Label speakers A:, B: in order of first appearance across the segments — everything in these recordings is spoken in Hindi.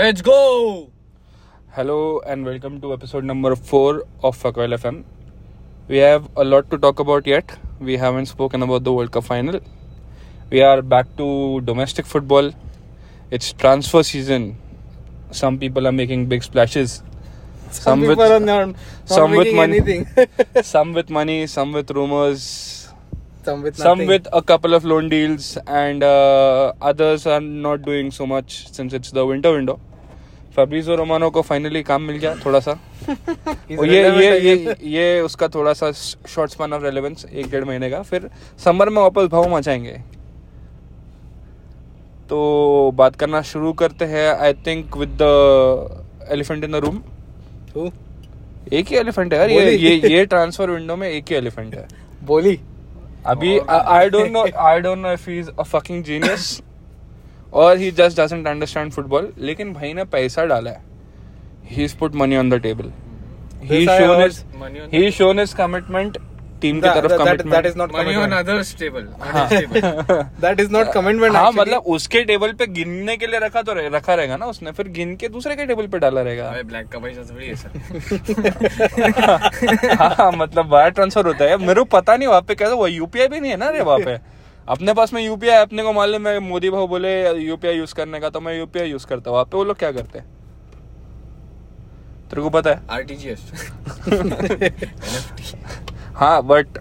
A: Let's go
B: Hello and welcome to episode number 4 of Fakwell FM. We have a lot to talk about yet. We haven't spoken about the World Cup final. We are back to domestic football. It's transfer season. Some people are making big splashes.
A: Some,
B: with-
A: people are not, not
B: some with
A: making
B: money.
A: anything.
B: some with money, some with rumors,
A: some with
B: some
A: nothing.
B: with uh, a couple of loan deals, and uh, others are not doing so much since it's the winter window. Fabrizio Romano को फाइनली काम मिल गया थोड़ा सा
A: He's
B: और ये ये
A: relevant again.
B: ये ये उसका थोड़ा सा शॉर्ट स्पैन ऑफ रेलेवेंस एक डेढ़ महीने का फिर समर में वापस भाव मचाएंगे तो बात करना शुरू करते हैं I think with the elephant in the room
A: Who?
B: एक ही एलिफेंट है यार ये
A: बोली।
B: ये ये ट्रांसफर विंडो में एक ही एलिफेंट है
A: बोली
B: अभी I don't know I don't know if he is a fucking genius और he just doesn't understand football लेकिन भाई ने पैसा डाला है he is put money on the table he
A: This I
B: shown
A: heard.
B: Is
C: Money on
B: he shown is commitment team की
A: That-
B: तरफ
A: that- that- that is
B: commitment
A: not
C: money on
A: commitment.
C: others table on his table
A: That is not commitment.
B: हाँ
A: actually.
B: मतलब उसके टेबल पे गिनने के लिए रखा तो रहे- रखा रहेगा ना उसने फिर गिन के दूसरे के टेबल पे डाला रहेगा
C: अबे ब्लैक का पैसा थोड़ी है सर
B: हाँ मतलब वायर ट्रांसफर होता है मेरे को पता नहीं वहाँ पे कैसा वो यूपीआई भी नहीं है ना रे वहाँ पे अपने पास में यूपीआई अपने को मालूम है मोदी भाव बोले यूपीआई यूज करने का तो मैं यूपीआई यूज करता हूँ वहाँ पे वो लोग क्या करते हैं तेरे को पता है
C: आरटीजीएस
B: हाँ but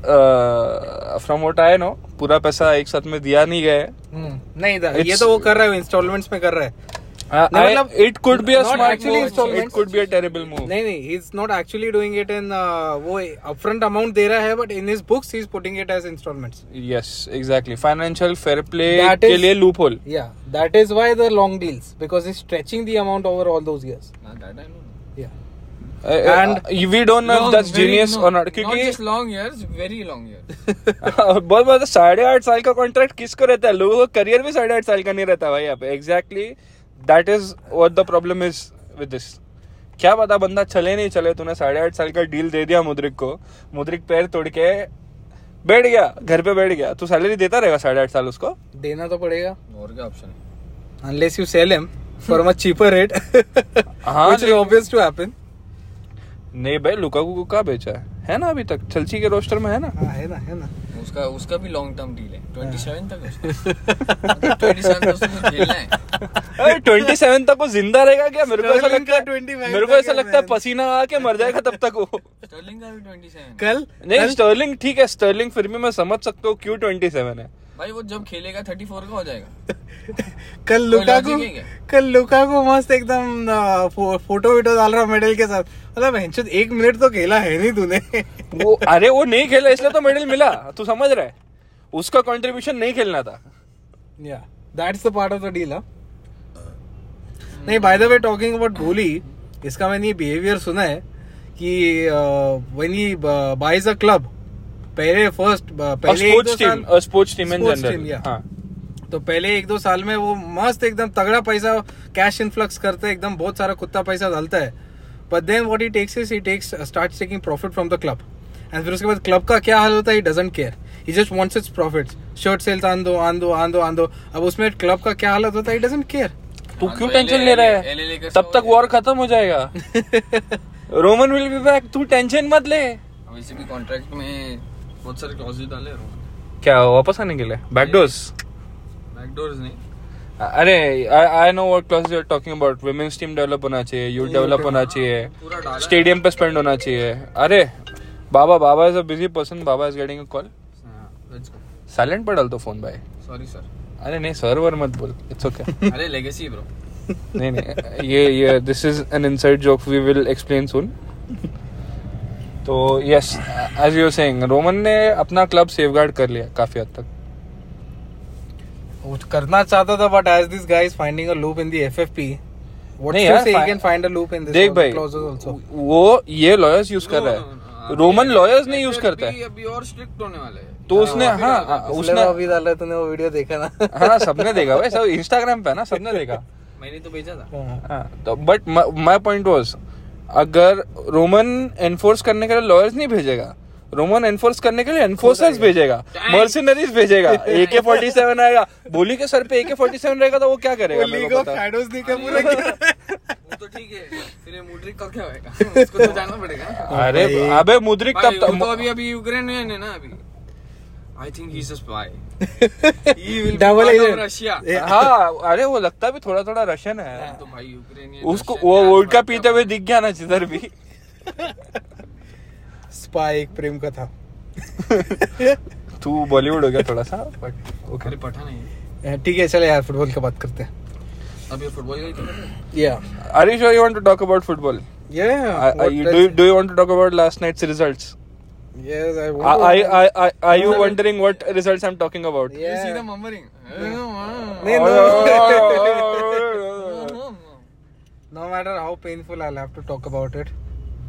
B: from what I know पूरा पैसा एक साथ में दिया नहीं गया है
A: हम्म, नहीं था ये
B: It's-
A: तो वो कर रहा है इंस्टॉलमेंट्स में कर रहा है नहीं, मतलब
B: it could be a
A: not
B: smart
A: actually
B: move it
A: installments.
B: Could be a terrible move
A: नहीं नहीं he is not actually doing it in uh, वो अपफ्रंट अमाउंट दे रहा है but in his books he is putting it as installments
B: yes exactly financial fair play
A: That
B: के
A: is-
B: लिए लूप होल
A: या that is why the long deals because he stretching the amount over all those years या
B: and we don't know that's genius और नॉट
C: क्योंकि
B: क्योंकि
C: just long years very long years
B: बहुत मतलब साढ़े आठ साल का कॉन्ट्रैक्ट किसको रहता है लोगों का करियर भी साढ़े आठ साल का नहीं रहता भाई यहाँ पे exactly that is what the problem is with this क्या पता बंदा चले नहीं चले तूने साढ़े आठ साल का डील दे दिया मुद्रिक को मुद्रिक पैर तोड़ के बैठ गया घर पे बैठ गया तू सैलरी देता रहेगा साढ़े आठ साल उसको
A: देना तो पड़ेगा
C: और क्या option
A: unless you sell him for a much cheaper rate
B: हाँ,
A: which is
B: लेकिन-
A: obvious to happen
B: नहीं भाई लुकाकू को कहाँ बेचा है है ना अभी तक चलसी के रोस्टर में है ना
A: हाँ, है ना है ना
C: उसका उसका भी लॉन्ग टर्म डील है 27 तक है उसका 27 तक उसको खेलना है
B: ट्वेंटी सेवन तक वो जिंदा रहेगा क्या मेरे को ऐसा लगता
A: Sterling का
B: है
A: 29
B: मेरे को ऐसा
A: तक है,
B: लगता है
A: man.
B: पसीना आके मर जाएगा तब तक वो
C: स्टर्लिंग का भी 27
A: कल
B: नहीं स्टर्लिंग ठीक है स्टर्लिंग फिर भी मैं समझ सकता हूँ क्यों ट्वेंटी सेवन है
C: भाई वो जब खेलेगा 34 का हो जाएगा
A: कल
C: कोई
A: लुका को
C: logic है क्या?
A: कल लुका को मस्त एकदम आ, फो, फोटो वीटो डाल रहा मेडल के साथ मतलब हेंचुद एक मिनट तो खेला है नहीं तूने
B: वो अरे वो नहीं खेला इसलिए तो मेडल मिला तू समझ रहा है उसका कंट्रीब्यूशन नहीं खेलना था
A: या that's the part of the deal हाँ। नहीं by the way talking about Kohli इसका मैंने ये बिहेवियर सुना है कि when he buys a club पहले फर्स्ट पहले एक दो
B: स्पोर्ट्स
A: साल
B: team sports team in
A: sports team,
B: general
A: yeah.
B: हाँ
A: तो पहले एक दो साल में वो मस्त एकदम तगड़ा पैसा कैश इनफ्लक्स करते हैं एकदम बहुत सारा कुत्ता पैसा डालता है but then what he takes is he takes start taking profit from the club and फिर उसके बाद क्लब का क्या हाल होता है he doesn't care he just wants its profit shirt sales आन दो आन दो आन दो आन दो अब उसमें क्लब का क्या हालत होता है ही डजेंट केयर
B: तू
C: हाँ,
B: क्यों
C: तो
B: टेंशन
C: LA
B: ले रहा
C: LA
B: है
C: Lakers
B: तब
C: का
B: तक
C: हो
B: वॉर खत्म हो जाएगा रोमन विल बी बैक तू टेंशन मत ले
C: वैसे भी कॉन्ट्रैक्ट में बहुत सारे क्लॉजेस डाले हैं उन्होंने।
B: क्या वापस आने के लिए बैकडोर्स
C: बैकडोर्स नहीं
B: अरे I know what class you are talking about women's team develop होना चाहिए यूथ डेवलप होना
C: पूरा
B: चाहिए
C: डाला
B: स्टेडियम पे स्पेंड होना चाहिए अरे बाबा Baba is a busy person Baba is getting a call
C: let's go
B: silent पर डाल दो फोन भाई
C: सॉरी सर
B: अरे नहीं सर्वर मत बोल इट्स ओके
C: अरे लेगेसी ब्रो
B: नहीं नहीं ये ये this is an inside joke we will explain soon तो yes as you saying Roman ने अपना क्लब सेफगार्ड कर लिया काफी हद तक
A: वो करना चाहता था but as this guys finding a loop in the FFP what
B: नहीं
A: यू
B: यार,
A: से
B: fi-
A: he can find a loop in this
B: देख भाई
A: क्लॉजेस आल्सो
B: वो ये लॉयर्स यूज कर रहा
C: No,
B: है
C: no, no, no.
B: रोमन
C: अभी-
B: लॉयर्स नहीं यूज
C: FFP
B: करता है
C: अभी और स्ट्रिक्ट होने वाला है
B: तो उसने
C: अभी-
B: हाँ
C: अभी-
B: हाँ, उसने
A: अभी डाला है, तूने वो वीडियो देखा ना
B: हाँ सबने देखा भाई सब इंस्टाग्राम पे ना सबने देखा
C: मैंने तो भेजा था
B: हाँ, तो बट माय पॉइंट वाज अगर रोमन एनफोर्स करने के लिए लॉयर्स नहीं भेजेगा रोमन एनफोर्स करने के लिए एनफोर्सर्स भेजेगा मर्सिनरीज भेजेगा एके फोर्टी सेवन आएगा बोली के सर पे एके फोर्टी सेवन रहेगा तो वो क्या करेगा मेरे को पता है।
A: नहीं कर पूरा
C: तो ठीक है फिर ये मुड्रिक का क्या होएगा उसको तो जानना पड़ेगा ना।
B: अरे
A: भाई।
B: अबे मुद्रिक
C: भाई,
B: तब
C: वो तो
B: तक
C: अभी अभी यूक्रेन में है ना अभी I think he is a spy he will
A: Double agent.
C: Russia
B: हाँ अरे वो लगता भी थोड़ा थोड़ा रशियन है
C: तो भाई यूक्रेनियन
B: उसको वो वोडका पीते हुए दिख गया ना जिधर भी
A: स्पाई एक प्रेम कथा
B: तू बॉलीवुड हो गया थोड़ा सा बट
C: अरे पठा नहीं
A: ठीक है चले यार फुटबॉल की बात करते हैं
C: अभी फुटबॉल का ही खेल रहे हैं।
A: या
B: are you sure you want to talk about football
A: या
B: do you want to talk about last night's results
A: Yes, I want to-
B: I I I you wondering what results I am talking about
C: You
A: Yeah.
C: see them murmuring.
A: नहीं,
B: Oh.
A: No matter how painful, I'll have to talk about it.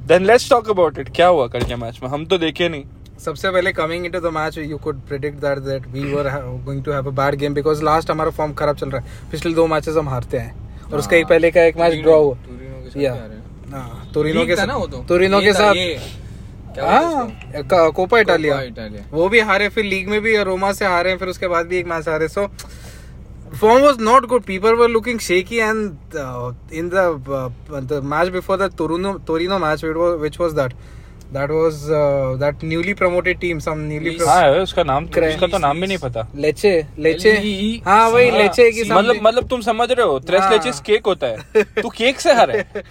B: Then let's talk about it क्या हुआ कल के मैच में हम तो देखे नहीं
A: सबसे पहले coming into the match you could predict that that we were going to have a bad game because last हमारा फॉर्म खराब चल रहा है पिछले दो मैचेस हम हारते हैं और उसके ही पहले का एक मैच
C: टूरिनो-
A: ड्रॉ हुआ
C: टूरिनो हाँ। के साथ
A: या
C: हारे हैं।
A: तुरिनो
C: League
A: हाँ, के
C: था ना वो
A: साथ
C: तो
A: तुरिनो
C: ये
A: के
C: था,
A: साथ
C: ये। क्या बोलते हैं
A: हाँ का- कोपा
C: इसको?
A: इटालिया
C: कोपा इटालिया
A: वो भी हारे फिर लीग में भी रोमा से हारे फिर उसके बाद भी एक मैच हारे so form was not good people were looking shaky and in the match before the Torino Torino match which was that that was that newly promoted team some newly
C: Nice.
B: हाँ यार, उसका नाम तो-
A: Crazy,
B: उसका तो नाम भी नहीं पता
A: लेचे लेचे
C: LE
A: हाँ वही
C: हाँ,
A: लेचे की
B: मतलब मतलब तुम समझ रहे हो
A: हाँ।
B: त्रेस लेचेस केक होता है तू केक से हारा है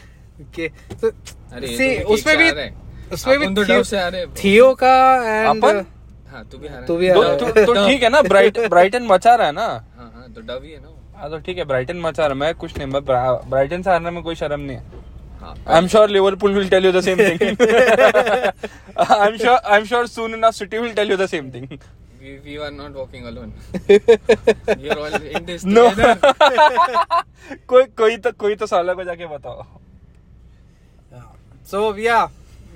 A: के तो
C: अरे ये
A: see,
C: तो भी
A: उसमें भी
C: ठीक से आ रहा है।
A: उसमें भी
C: अपन तो
A: थियो-
C: डब से आ रहे हैं।
A: थियो का एंड
B: अपन?
C: हाँ, तू भी हारा
A: तू भी हाँ।
C: है।
B: तो
A: हारा
C: डब-
B: तो- तो
C: डब-
B: ठीक है ना ब्राइट ब्राइटन मचा रहा है ना
C: हाँ, हाँ, तो डब ही है ना वो।
B: हाँ तो ठीक है ब्राइटन मचा रहा है मैं कुछ नहीं मैं ब्रा- ब्राइटन से हारने में कोई शर्म नहीं है
C: हाँ,
B: I am sure Liverpool will tell you the same thing I am sure I am sure soon enough City will tell you the same thing
C: we- we are not walking alone. We are all in this
B: no
C: together.
B: कोई कोई तो कोई तो साला को जाके बताओ
A: So yeah,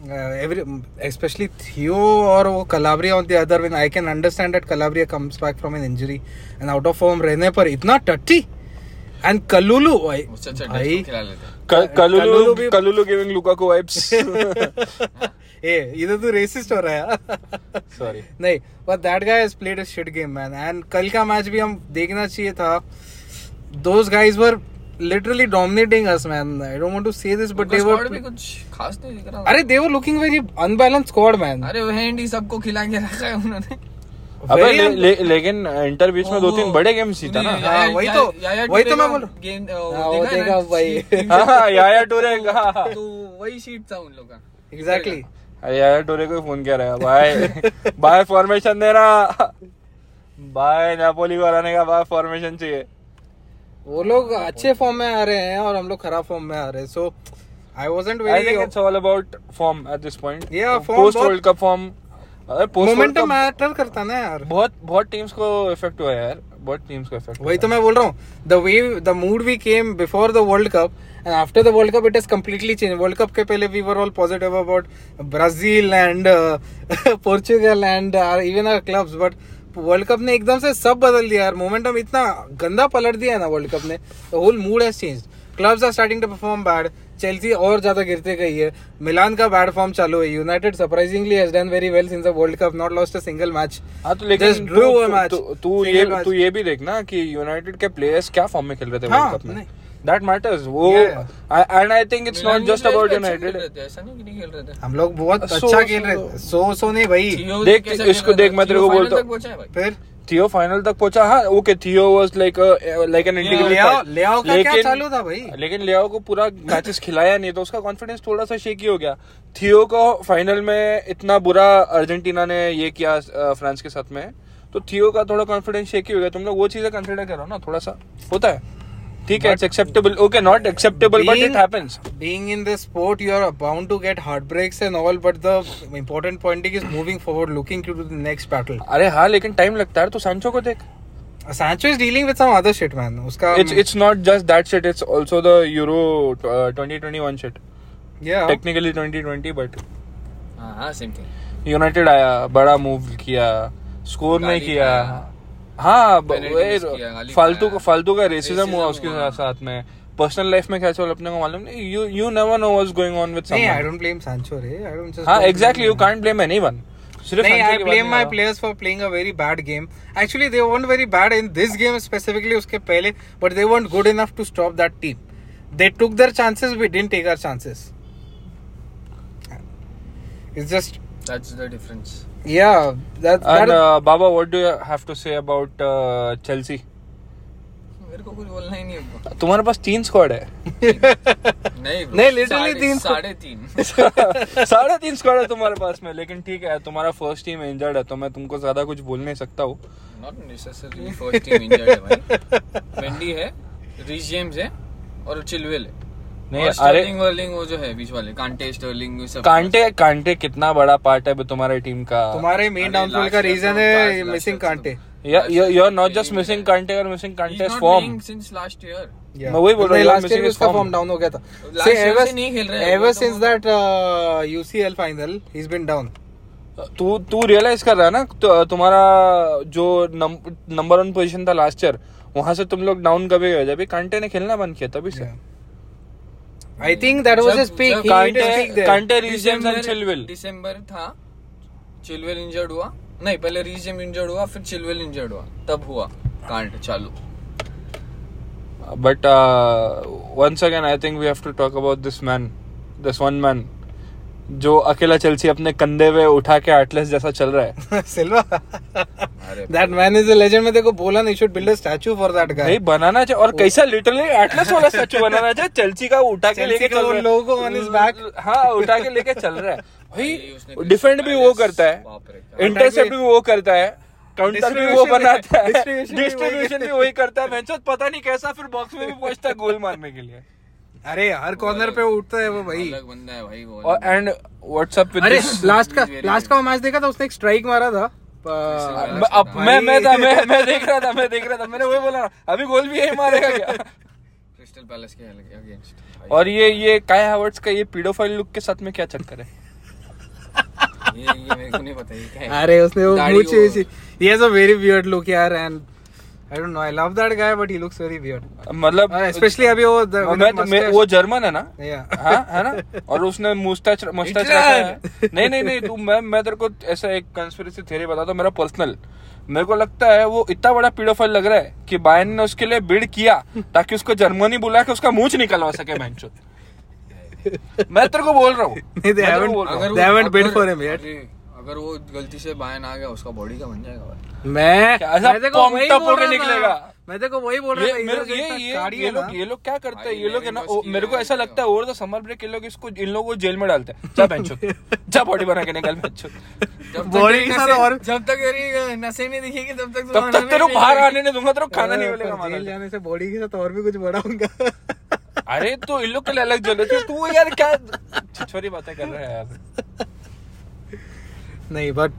A: uh, every especially Theo or वो Calabria on the other when I can understand that Calabria comes back from an injury and out of form रहने पर इतना टट्टी and Kalulu oh, भाई
C: उससे अच्छा डच
A: भाई
C: को खिला लेते हैं।
A: कलुलु
B: कलुलु
A: भी-
B: कलुलु गिविंग लुकाकू वाइब्स
A: ए इधर तो racist हो रहा है यार
B: सॉरी
A: नहीं but that guy has played a shit game man and कल का मैच भी हम देखना चाहिए था those guys were literally dominating us man I don't want to say this but
C: उनका
A: they
C: squad भी
A: were
C: कुछ खास नहीं दिख रहा
A: अरे they were looking very unbalanced squad man
C: अरे वो हैंडी सबको खिला के रखा है उन्होंने
B: अबे
A: Very
B: ले,
A: un-
B: ले, लेकिन इंटर बीच में दो तीन बड़े गेम जीता ना
A: हाँ, वही तो- वही तो मैं बोल रहा हूँ।
C: गेंद
A: हाँ, वो देखा भाई।
B: हाँ, हाँ, याया टोरे का
C: तो वही शीट था उन लोग का
A: exactly
B: अरे याया टोरे को फोन किया रहा बाय बाय फॉर्मेशन देना बाय नापोली को हराने का बाय फॉर्मेशन चाहिए
A: तो हाँ, वो लोग अच्छे फॉर्म में आ रहे हैं और हम लोग खराब फॉर्म में आ रहे हैं so I wasn't
B: I think
A: very
B: it's all about form at this point
A: Yeah, form
B: post
A: बहुत-
B: वर्ल्ड कप फॉर्म अरे post world
A: momentum
B: cup
A: matter करता ना यार
B: बहुत बहुत टीम्स को इफेक्ट हुआ है यार बहुत टीम्स को इफेक्ट
A: वही तो मैं बोल रहा हूँ the way the mood we came before the world cup and after the world cup it is completely change world cup के पहले we were all positive about Brazil and Portugal and even our clubs but world cup ने एकदम से सब बदल दिया यार मोमेंटम इतना गंदा पलट दिया है ना वर्ल्ड कप ने the whole mood has change clubs are starting to perform bad Chelsea और ज्यादा गिरते गई है मिलान का बैड फॉर्म चालू है United surprisingly has done very well since the world cup not lost a single match
B: हाँ तो लेकिन
A: Just drew a
B: तू-
A: match.
B: तू- तू
A: Single
B: ये
A: match.
B: तू ये भी देखना कि यूनाइटेड के प्लेयर्स क्या फॉर्म में खेल रहे थे
A: हाँ,
B: वर्ल्ड कप में
A: नहीं।
B: दैट मैटर्स वो
A: Yeah.
B: And I think it's not
C: Milan के
B: जस्ट
C: players
B: अबाउट
C: भी अच्छे खेल
B: यूनाइटेड
C: रहे थे, ऐसा नहीं कि नहीं खेल रहे थे
A: हम लोग बहुत
B: सो-
A: अच्छा खेल
B: सो-
A: रहे थे सो सो नहीं भाई
C: जियो
B: देख,
C: कैसा खेल
B: इसको
C: रहा
B: देख,
C: था?
B: मैं तेरे
C: जियो
B: को
C: final
B: बोलता
C: तक
B: हूँ।
C: पहुंचा है भाई।
A: फिर
B: थियो फाइनल तक पहुंचा हाँ okay Theo uh, was like like an
A: Leao-
B: integrated
A: Leao का क्या चालू था भाई?
B: लेकिन लियाओ को पूरा मैचेस खिलाया नहीं तो उसका कॉन्फिडेंस थोड़ा सा शेकी हो गया थियो को फाइनल में इतना बुरा अर्जेंटीना ने ये किया अ, फ्रांस के साथ में तो थियो का थोड़ा कॉन्फिडेंस शेकी हो गया तुम लोग वो चीजें कंसिडर करो ना थोड़ा सा होता है ठीक है it's acceptable okay not acceptable but it happens
A: being in this sport you are bound to get heartbreaks and all but the important point is moving forward looking to the next battle Uh,
B: अरे हाँ लेकिन टाइम लगता है तो सांचो को देख
A: sancho is dealing with some other shit man um, उसका
B: it's it's not just that shit it's also the Euro uh, 2021 shit
A: yeah
B: technically 2020 but
C: हाँ, हाँ, same thing.
B: यूनाइटेड आया बड़ा मूव किया स्कोर नहीं
C: गाली
B: किया
C: खाया।
B: हाँ ब-
C: Penalty
B: वे-
C: miss किया, गाली
B: फालतू का
C: खाया।
B: फालतू का रेसिज्म हुआ
C: Racism
B: उसके
C: हुआ।
B: साथ साथ में पर्सनल लाइफ में क्या चल अपने को मालूम नहीं you you never know what's going on with
A: नहीं I
B: someone
A: don't blame sancho रे आई डोंट
B: हाँ exactly you can't blame anyone सिर्फ
A: नहीं
B: Sancho
A: आई
B: की बात
A: ब्लेम
B: नहीं
A: माय
B: हुआ।
A: Players for playing a very bad game actually they weren't very bad in this game specifically उसके पहले but they weren't good enough to stop that team they took their chances we didn't take our chances it's just
C: That's the difference.
A: yeah that,
B: And
A: that
B: uh, Baba, what do you have to say about uh, Chelsea?
C: मेरे को कुछ बोलना ही नहीं है
B: तुम्हारे पास तीन स्क्वाड है
C: नहीं bro,
A: नहीं, literally
C: साढ़े-
A: तीन-
C: साढ़े तीन
B: साढ़े तीन स्क्वाड है तुम्हारे पास में लेकिन ठीक है तुम्हारा फर्स्ट टीम इंजर्ड है तो मैं तुमको ज्यादा कुछ बोल नहीं सकता हूँ
C: not necessary first team injured है भाई वेंडी है रिच जेम्स है और चिलवेल है
B: नहीं,
C: और
B: अरे-
C: स्टर्लिंग वर्लिंग वो जो है बीच वाले कांटे स्टर्लिंग ये सब
B: कांटे कांटे कितना बड़ा पार्ट है अभी तुम्हारी टीम का
A: तुम्हारे मेन
C: अरे,
A: डाउनफॉल का
C: last year
A: रीजन
C: तो
A: है
C: last- last
A: मिसिंग
C: year तो-
A: कांटे
B: you are not just missing कांटे और मिसिंग
C: He's
B: कांटे's
C: not
B: form
C: playing since last year.
A: Yeah.
B: मैं वही बोल रहा
A: नहीं,
B: हूँ,
A: last year
B: missing his
A: उसका
B: form.
A: form down हो गया था
C: Last
A: See,
C: year
A: ever,
C: से नहीं खेल रहा है,
A: ever
C: वो तो
A: since
C: वो-
A: that uh, UCL final he's been down
B: तू तू रियलाइज कर रहा है ना तो तुम्हारा जो नंबर वन पोजीशन था लास्ट ईयर वहां से तुम लोग डाउन कभी गए जब कांटे ने खेलना बंद किया तभी से
A: I think that was
C: Hmm. जब-
A: his peak.
C: जब
A: He hit his
B: Kante-
A: peak there.
B: Kante- Reece James and
C: December-
B: Chilwell.
C: December था चिलवेल इंजर्ड हुआ नहीं पहले रीजेम इंजर्ड हुआ फिर चिलवेल इंजर्ड हुआ तब हुआ कांट चालू
A: तो
B: But uh, once again, I think we have to talk about this man, this one man, जो अकेला चेल्सी अपने कंधे पे उठा के एटलेस जैसा चल रहा है
A: Silva.
C: अरे
A: that man is a legend. मैं देखो बोला नहीं should build a statue for that guy.
B: नहीं बनाना चाहिए और कैसा लिटरली एटलेस वाला स्टैचू बनाना चाहिए चेल्सी का उठा के
A: Chelsea
B: लेके
A: का
B: चल
A: वो
B: रहा है
A: logo on his back.
B: हाँ उठा के लेके चल रहा है
C: भाई, उसने
B: भाई
C: कैसे
B: डिफेंड भी वो
C: balance-
B: करता है
C: बाप रे, क्या-
B: इंटरसेप्ट भी वो करता है काउंटर भी वो
A: Distribution भी-
B: बनाता है
A: distribution भी वही
B: डिस्ट्रीब्यूशन भी वही करता है भैंचोद पता नहीं कैसा फिर बॉक्स में भी पहुंचता है गोल मारने के लिए
A: अरे हर कॉर्नर पे उठता है वो भाई
C: अलग बंदा है भाई वो
B: और एंड व्हाट्सएप
A: अरे
B: विद
A: लास्ट का
C: He's very
A: लास्ट का मैच देखा था उसने एक स्ट्राइक मारा था प-
C: Silva.
B: मैं- अब मैं मैं था मैं मैं देख रहा था मैं देख रहा था मैंने वही बोला ना, अभी गोल भी यही मारेगा क्या
C: क्रिस्टल पैलेस के अगेंस्ट
B: और ये ये काय हावर्ट्स का ये पीडोफाइल लुक के साथ में क्या चक्कर है
C: ये ये मेरे को नहीं पता ये क्या है
A: अरे उसने वो
C: दाढ़ी
A: मूछ
C: वो-
A: ऐसी ही has a very weird look यार and I don't know I love that guy but he looks very weird
B: मतलब
A: स्पेशली हाँ, अभी वो the- with
B: मैं
A: the
B: तो मैं
A: mustache.
B: वो जर्मन है ना
A: Yeah.
B: हाँ है ना और उसने मुस्टैच मुस्टैच रखा है नहीं नहीं नहीं तू मैं मैं तेरे को ऐसा एक कंस्पिरेसी थ्योरी बताता हूँ मेरा पर्सनल मेरे को लगता है वो इतना बड़ा पीडोफाइल लग रहा है कि बायन ने उसके लिए बिड किया ताकि उसको जर्मनी बुला के उसका मूछ निकलवा सके बेंचो मैं तेरे को बोल रहा हूँ
A: they
B: मैं तेरे को
A: haven't-
B: बोल रहा हूँ।
A: अगर- They haven't bid for him yet.
C: अरे, अगर वो गलती से बायन आ गया उसका बॉडी का बन जाएगा भाई
A: मैं
B: क्या ऐसा
A: मैं देखो वही
B: pumped up
A: बोल
B: होके
A: रहा था।
B: निकलेगा?
A: मैं देखो वही बोल रहा
B: ये
A: था इधर
B: मेरे-
A: से
B: ये
A: इतना
B: ये
A: गाड़ी
B: ये
A: है ना।
B: लोग ये लोग क्या करते हैं
C: भाई,
B: ये लोग है ना
C: लेविन
B: ओ,
C: बस
B: मेरे को
C: ये
B: ऐसा
C: है।
B: लगता है ओवर द समर ब्रेक ये लोग इसको इन लोगों को जेल में डालते हैं जा बेंचो जा बॉडी बना के निकल बेंचो
C: जब तक
A: Body
C: ये
A: के
C: नसें-
A: साथ और-
C: जब तक तेरी नसें नहीं दिखेगी तब तक तो-
B: तब तक तेरे को बाहर आने नहीं दूंगा तेरे को तो खाना नहीं मिलेगा
A: पर जेल
B: माना
A: जाने से बॉडी के साथ और भी कुछ बड़ा होगा
B: अरे तो इन लोग के लिए अलग जेल है तू यार क्या छोरी बातें कर रहा है यार
A: नहीं but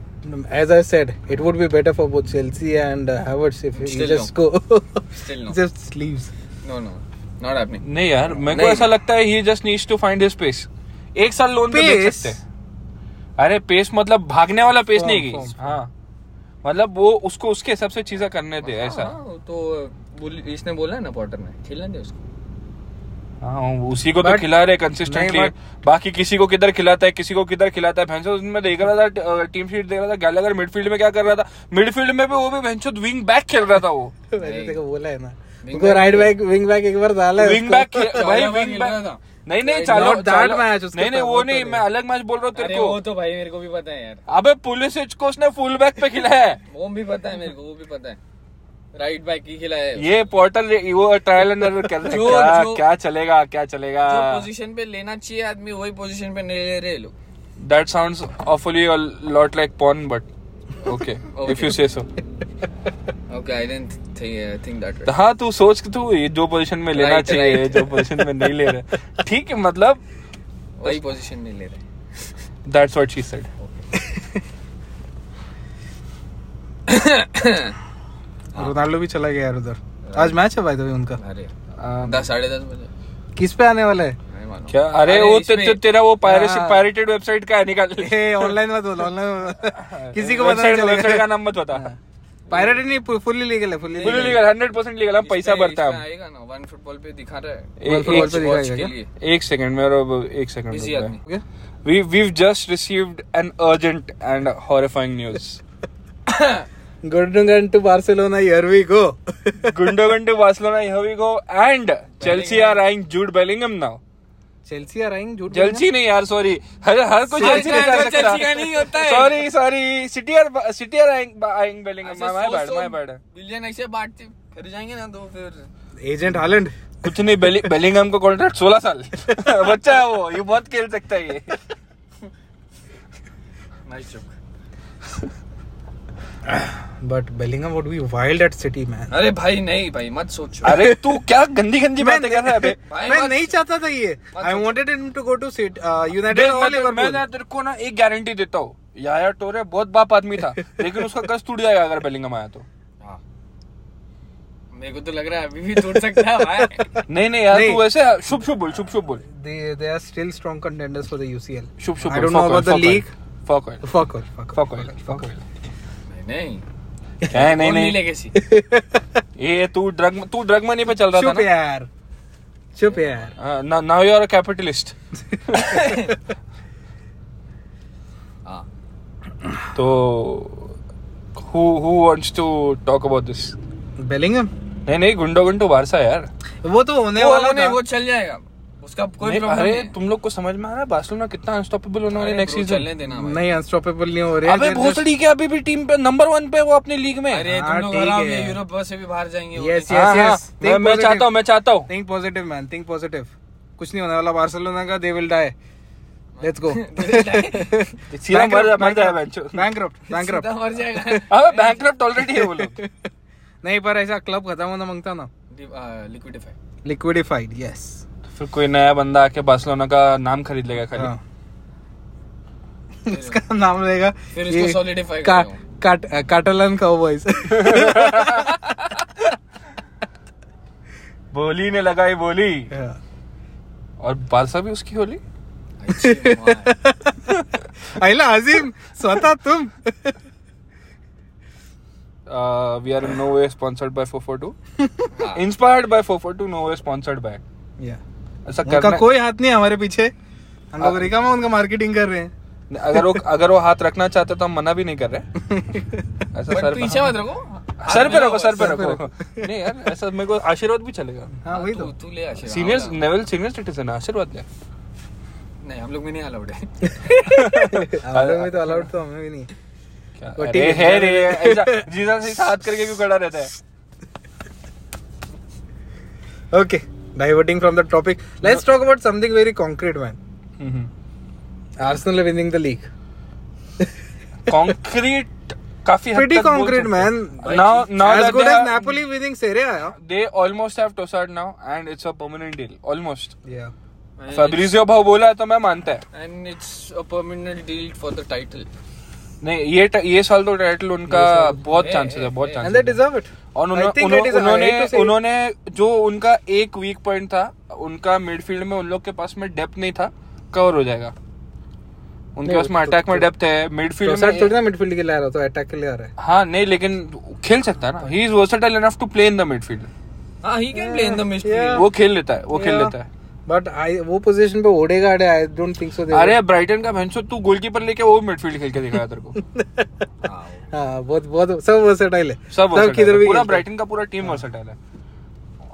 A: as I said it would be better for both Chelsea and Havertz if you
C: Still
A: just go
C: Still no.
A: Just leaves
C: no no not happening
B: नहीं यार मेरे को
C: नहीं।
B: ऐसा लगता है he just needs to find his pace एक साल लोन पे बेच
A: Pace?
B: सकते हैं अरे पेस मतलब भागने वाला पेस
A: Form,
B: नहीं की
A: form.
B: हाँ मतलब वो उसको उसके हिसाब से चीजें करने
A: हाँ,
B: दे ऐसा
C: तो बोल- इसने बोला है ना पॉटर ने खेलने दे उसको
B: हाँ उसी को तो
A: But-
B: खिला रहे कंसिस्टेंटली
A: नहीं,
B: बाकी किसी को किधर खिलाता है किसी को किधर खिलाता है भैंसो मैं देख रहा था टीम शीट देख रहा था गैलागर मिडफील्ड में क्या कर रहा था मिडफील्ड में भी वो भी भैंसो विंग बैक खेल रहा था वो
A: मैंने देखो बोला है ना
C: Wing
A: उनको
C: back-
A: right back wing back एक बार डाला है
B: विंग
A: उसको।
B: बैक भाई
C: चालावा
B: विंग
C: खेल
B: बैक
C: रहा था।
B: नहीं नहीं
C: Not
B: चालो
A: that
B: चालो-
A: match, उसका
B: नहीं नहीं
A: था,
B: वो
A: वो
B: नहीं
A: तो
B: मैं
A: नहीं।
B: अलग मैच बोल रहा हूँ तेरे
C: अरे
B: को
C: वो तो भाई मेरे को भी पता है यार
B: अबे पुलिस को उसने फुल बैक पे खिलाया है
C: वो भी पता है मेरे को वो भी पता है राइट बैक ही खिलाया है
B: ये पोर्टल वो ट्रायल एंड एरर कर रहे हैं।
C: जो-
B: क्या
C: जो-
B: क्या चलेगा क्या चलेगा
C: जो पोजीशन पे लेना चाहिए आदमी वही पोजीशन पे नहीं ले रहे ये लोग
B: that sounds awfully a lot like porn but okay if you say so
C: okay I didn't think that way
B: हाँ तू सोच के तू ये जो पोजीशन में लेना
C: Right,
B: चाहिए
C: right.
B: जो पोजीशन में नहीं ले रहा ठीक है मतलब
C: वही पोजीशन नहीं ले रहे
B: that's what she said
A: Ronaldo भी चला गया यार उधर
C: हाँ।
A: आज मैच है भाई तो उनका
C: अरे दस साढ़े दस बजे
A: किस पे आने वाला है
C: नहीं मालूम।
B: क्या अरे वो ते,
C: इसमें-
B: ते, तेरा वो पायरेसी
A: हाँ।
B: पायरेटेड वेबसाइट का है निकाल ले
A: ऑनलाइन मत बोलो ऑनलाइन किसी को पता नहीं
B: वेबसाइट वेबसाइट का
A: चलेगा
B: नाम मत बता
A: पायरेट नहीं फुल्ली लीगल है फुल्ली
B: फुल लीगल 100% लीगल हम
C: इसमें-
B: पैसा भरता
C: इसमें
B: है
C: आएगा ना वन फुटबॉल पे दिखा रहा है
B: एक-
C: One
B: एक-
C: Football
A: एक-
C: watch के लिए
B: एक सेकंड मेरा एक
C: Busy
B: सेकंड
C: आदमी।
B: we we've just received an urgent and horrifying news
A: Gundogan to Barcelona, here we go.
B: Gundogan to Barcelona, here we go. And Chelsea are eyeing Jude Bellingham now.
A: Chelsea are eyeing Jude
B: Chelsea नहीं यार सॉरी हर हर कोई
C: Sorry,
B: चेल्सी नहीं
A: हाँ,
C: यार,
B: जा
C: वो Chelsea का नहीं होता
B: सकता
C: है।
B: Sorry sorry City are City are eyeing eyeing
C: अच्छा,
B: बेलिंगम
A: अच्छा,
B: my bad my bad
C: billion तो ऐसे बांटते खरीद जाएंगे ना तो फिर
A: Bellingham. Agent Haaland.
B: कुछ नहीं बेलि- बेलिंगम को कॉन्ट्रैक्ट 16 साल बच्चा है वो ये बहुत खेल सकता है ये
C: nice joke
A: But Bellingham would be wild at City,
B: हाँ,
A: man.
C: अरे भाई नहीं भाई मत सोचो
B: अरे तू क्या गंदी गंदी बातें कर रहा है बे?
C: भाई,
A: मैं
C: मत-
A: नहीं चाहता था ये
C: मत
A: आई
C: सोचो।
A: Wanted him to go to United
B: देख,
A: uh,
B: मैं
A: और
B: मैं ना
A: लिवरपूल
B: तेरे को ना एक गारंटी देता हूँ याया टोरे बहुत बाप आदमी था लेकिन उसका कस टूट जाएगा अगर बेलिंगम आया तो
C: हाँ। मेरे को तो लग रहा है अभी भी टूट सकता है भाई
B: नहीं नहीं यार
A: नहीं।
B: तू ऐसे शुभ शुभ बोल शुभ शुभ बोल
A: they they are still strong contenders for the UCL.
B: शुभ शुभ
A: I don't know about the league.
B: Fuck oil
A: Fuck off, fuck off,
B: fuck oil
A: fuck
B: fuck
A: off.
B: Oil
C: नहीं
B: नहीं नहीं
C: कौन नहीं
B: नहीं
C: लेगेसी
B: ये तू ड्रग तू ड्रग मनी पे चल रहा
A: चुप
B: था हाँ,
A: यार, चुप यार.
B: ना now you are a capitalist
C: हाँ
B: तो who who wants to talk about this
A: Bellingham.
B: नहीं नहीं गुंडो गुंडो बारसा यार
A: वो तो होने
C: वो
A: वाला
C: नहीं
A: था.
C: वो चल जाएगा उसका कोई
B: नहीं,
C: प्रॉब्लम
B: अरे
C: नहीं है।
B: तुम लोग को समझ में आ रहा है बार्सिलोना कितना अनस्टॉपेबल होने वाले
C: अरे
B: नेक्स्ट
C: bro, चलने
B: सीजन
C: देना भाई
A: नहीं unstoppable नहीं हो रहे.
B: अबे
A: They're
B: बहुत
A: just-
B: ठीक है अभी भी टीम पे नंबर वन पे वो अपनी लीग में
C: अरे तुम
A: हाँ,
C: लोग
A: ठीक
C: हराओ
A: है।
C: ये यूरोप से भी बाहर जाएंगे वो
A: Yes,
C: देखो।
A: yes,
B: हाँ, हाँ,
A: yes.
B: मैं
A: Think
B: मैं
A: positive.
B: चाहता हूँ मैं चाहता हूँ
A: Think positive man, think positive. कुछ नहीं होने वाला बार्सिलोना का दे विल डाई लेट्स गो
B: सीधा मर जा- मर जाए बेंचो
A: बैंकरप्ट
C: सीधा
A: बैंकरप्ट
C: तो मर जाएगा
B: अबे बैंकरप्ट ऑलरेडी है वो लोग
A: नहीं पर ऐसा क्लब खत्म होना मांगता ना
C: लिक्विडिफाई
A: लिक्विडिफाइड यस
B: फिर कोई नया बंदा आके बार्सिलोना का नाम खरीद लेगा खाली
C: हाँ।
A: इसका नाम रहेगा
C: फिर इसको
A: ये
C: solidify
A: का-
C: करेगा।
A: काट काटलन काउबॉयज
B: बोली ने लगाई बोली और बारसा भी उसकी होली
A: आईला अजीम स्वतः तुम
B: we are no way sponsored by 442 inspired by 442 no way sponsored by ऐसा
A: उनका
B: करना
A: कोई हाथ नहीं है हमारे पीछे हम लोग रिकामा उनका मार्केटिंग कर रहे हैं
B: अगर वो अगर वो हाथ रखना चाहते तो हम मना भी नहीं कर रहे ऐसा सर हाँ,
C: पीछे मत रखो हाथ
B: सर पे
C: मिलाओ
B: रखो सर पे
C: बस।
B: रखो नहीं यार ऐसा मेरे को आशीर्वाद भी चलेगा
A: हाँ वही
C: तू
A: तो
C: तू ले आशीर्वाद
B: सीनियर
C: हाँ,
B: नेवल सीनियर सिटीजन आशीर्वाद ले
C: नहीं हम लोग में नहीं अलाउड है
A: हमारे में तो अलाउड तो हमें भी नहीं है।
B: क्या-
A: वो
B: अरे
A: ठीक
B: है
A: है।
B: रे ऐसा जीजा से हाथ करके क्यों खड़ा रहता है
A: okay diverting from the topic let's talk about something very concrete man arsenal are winning the league
B: concrete काफी हद
A: pretty
B: तक बोल
A: concrete
B: सकते हैं।
A: man
B: Now- now
A: as
B: that
A: good
B: they
A: as
B: are-
A: napoli winning serie a
B: they almost have Tossard now and it's a permanent deal almost
A: yeah
B: Fabrizio भाव बोला है तो मैं मानता है
C: and it's a permanent deal for the title
B: नहीं ये ट- ये साल तो टाइटल उनका बहुत चांसेस है बहुत
A: and they
B: chances
A: deserve it
B: और उन्हों-
A: I think
B: उन्हों-
A: it is a
B: उन्होंने
A: right to say-
B: उन्होंने जो उनका एक वीक पॉइंट था उनका मिडफील्ड में उन लोग के पास में डेप्थ नहीं था कवर हो जाएगा उनके
A: नहीं,
B: पास में
A: तो-
B: अटैक में
A: तो-
B: डेप्थ है मिडफील्ड
A: ट्रोसार्ड थोड़ी
B: में
A: ना मिडफील्ड के लिए आ रहा तो अटैक के लिए आ रहा है
B: हाँ नहीं लेकिन खेल सकता है ना he is versatile enough to play in the midfield
C: हां he can play in the mystery
A: Yeah.
B: वो खेल लेता है वो खेल लेता है
A: बट आई वो पोजीशन पे ओडेगार्ड है I don't think so they
B: अरे ब्राइटन का भैंसो तू गोलकीपर लेके वो मिडफील्ड खेल के दिखाया तेरे को
A: हां हाँ, बहुत बहुत सब वर्सेटाइल है हाँ।
B: सब versatile
A: किधर
B: है।
A: भी
B: पूरा
A: खेलते हैं।
B: ब्राइटन का पूरा टीम वर्सेटाइल है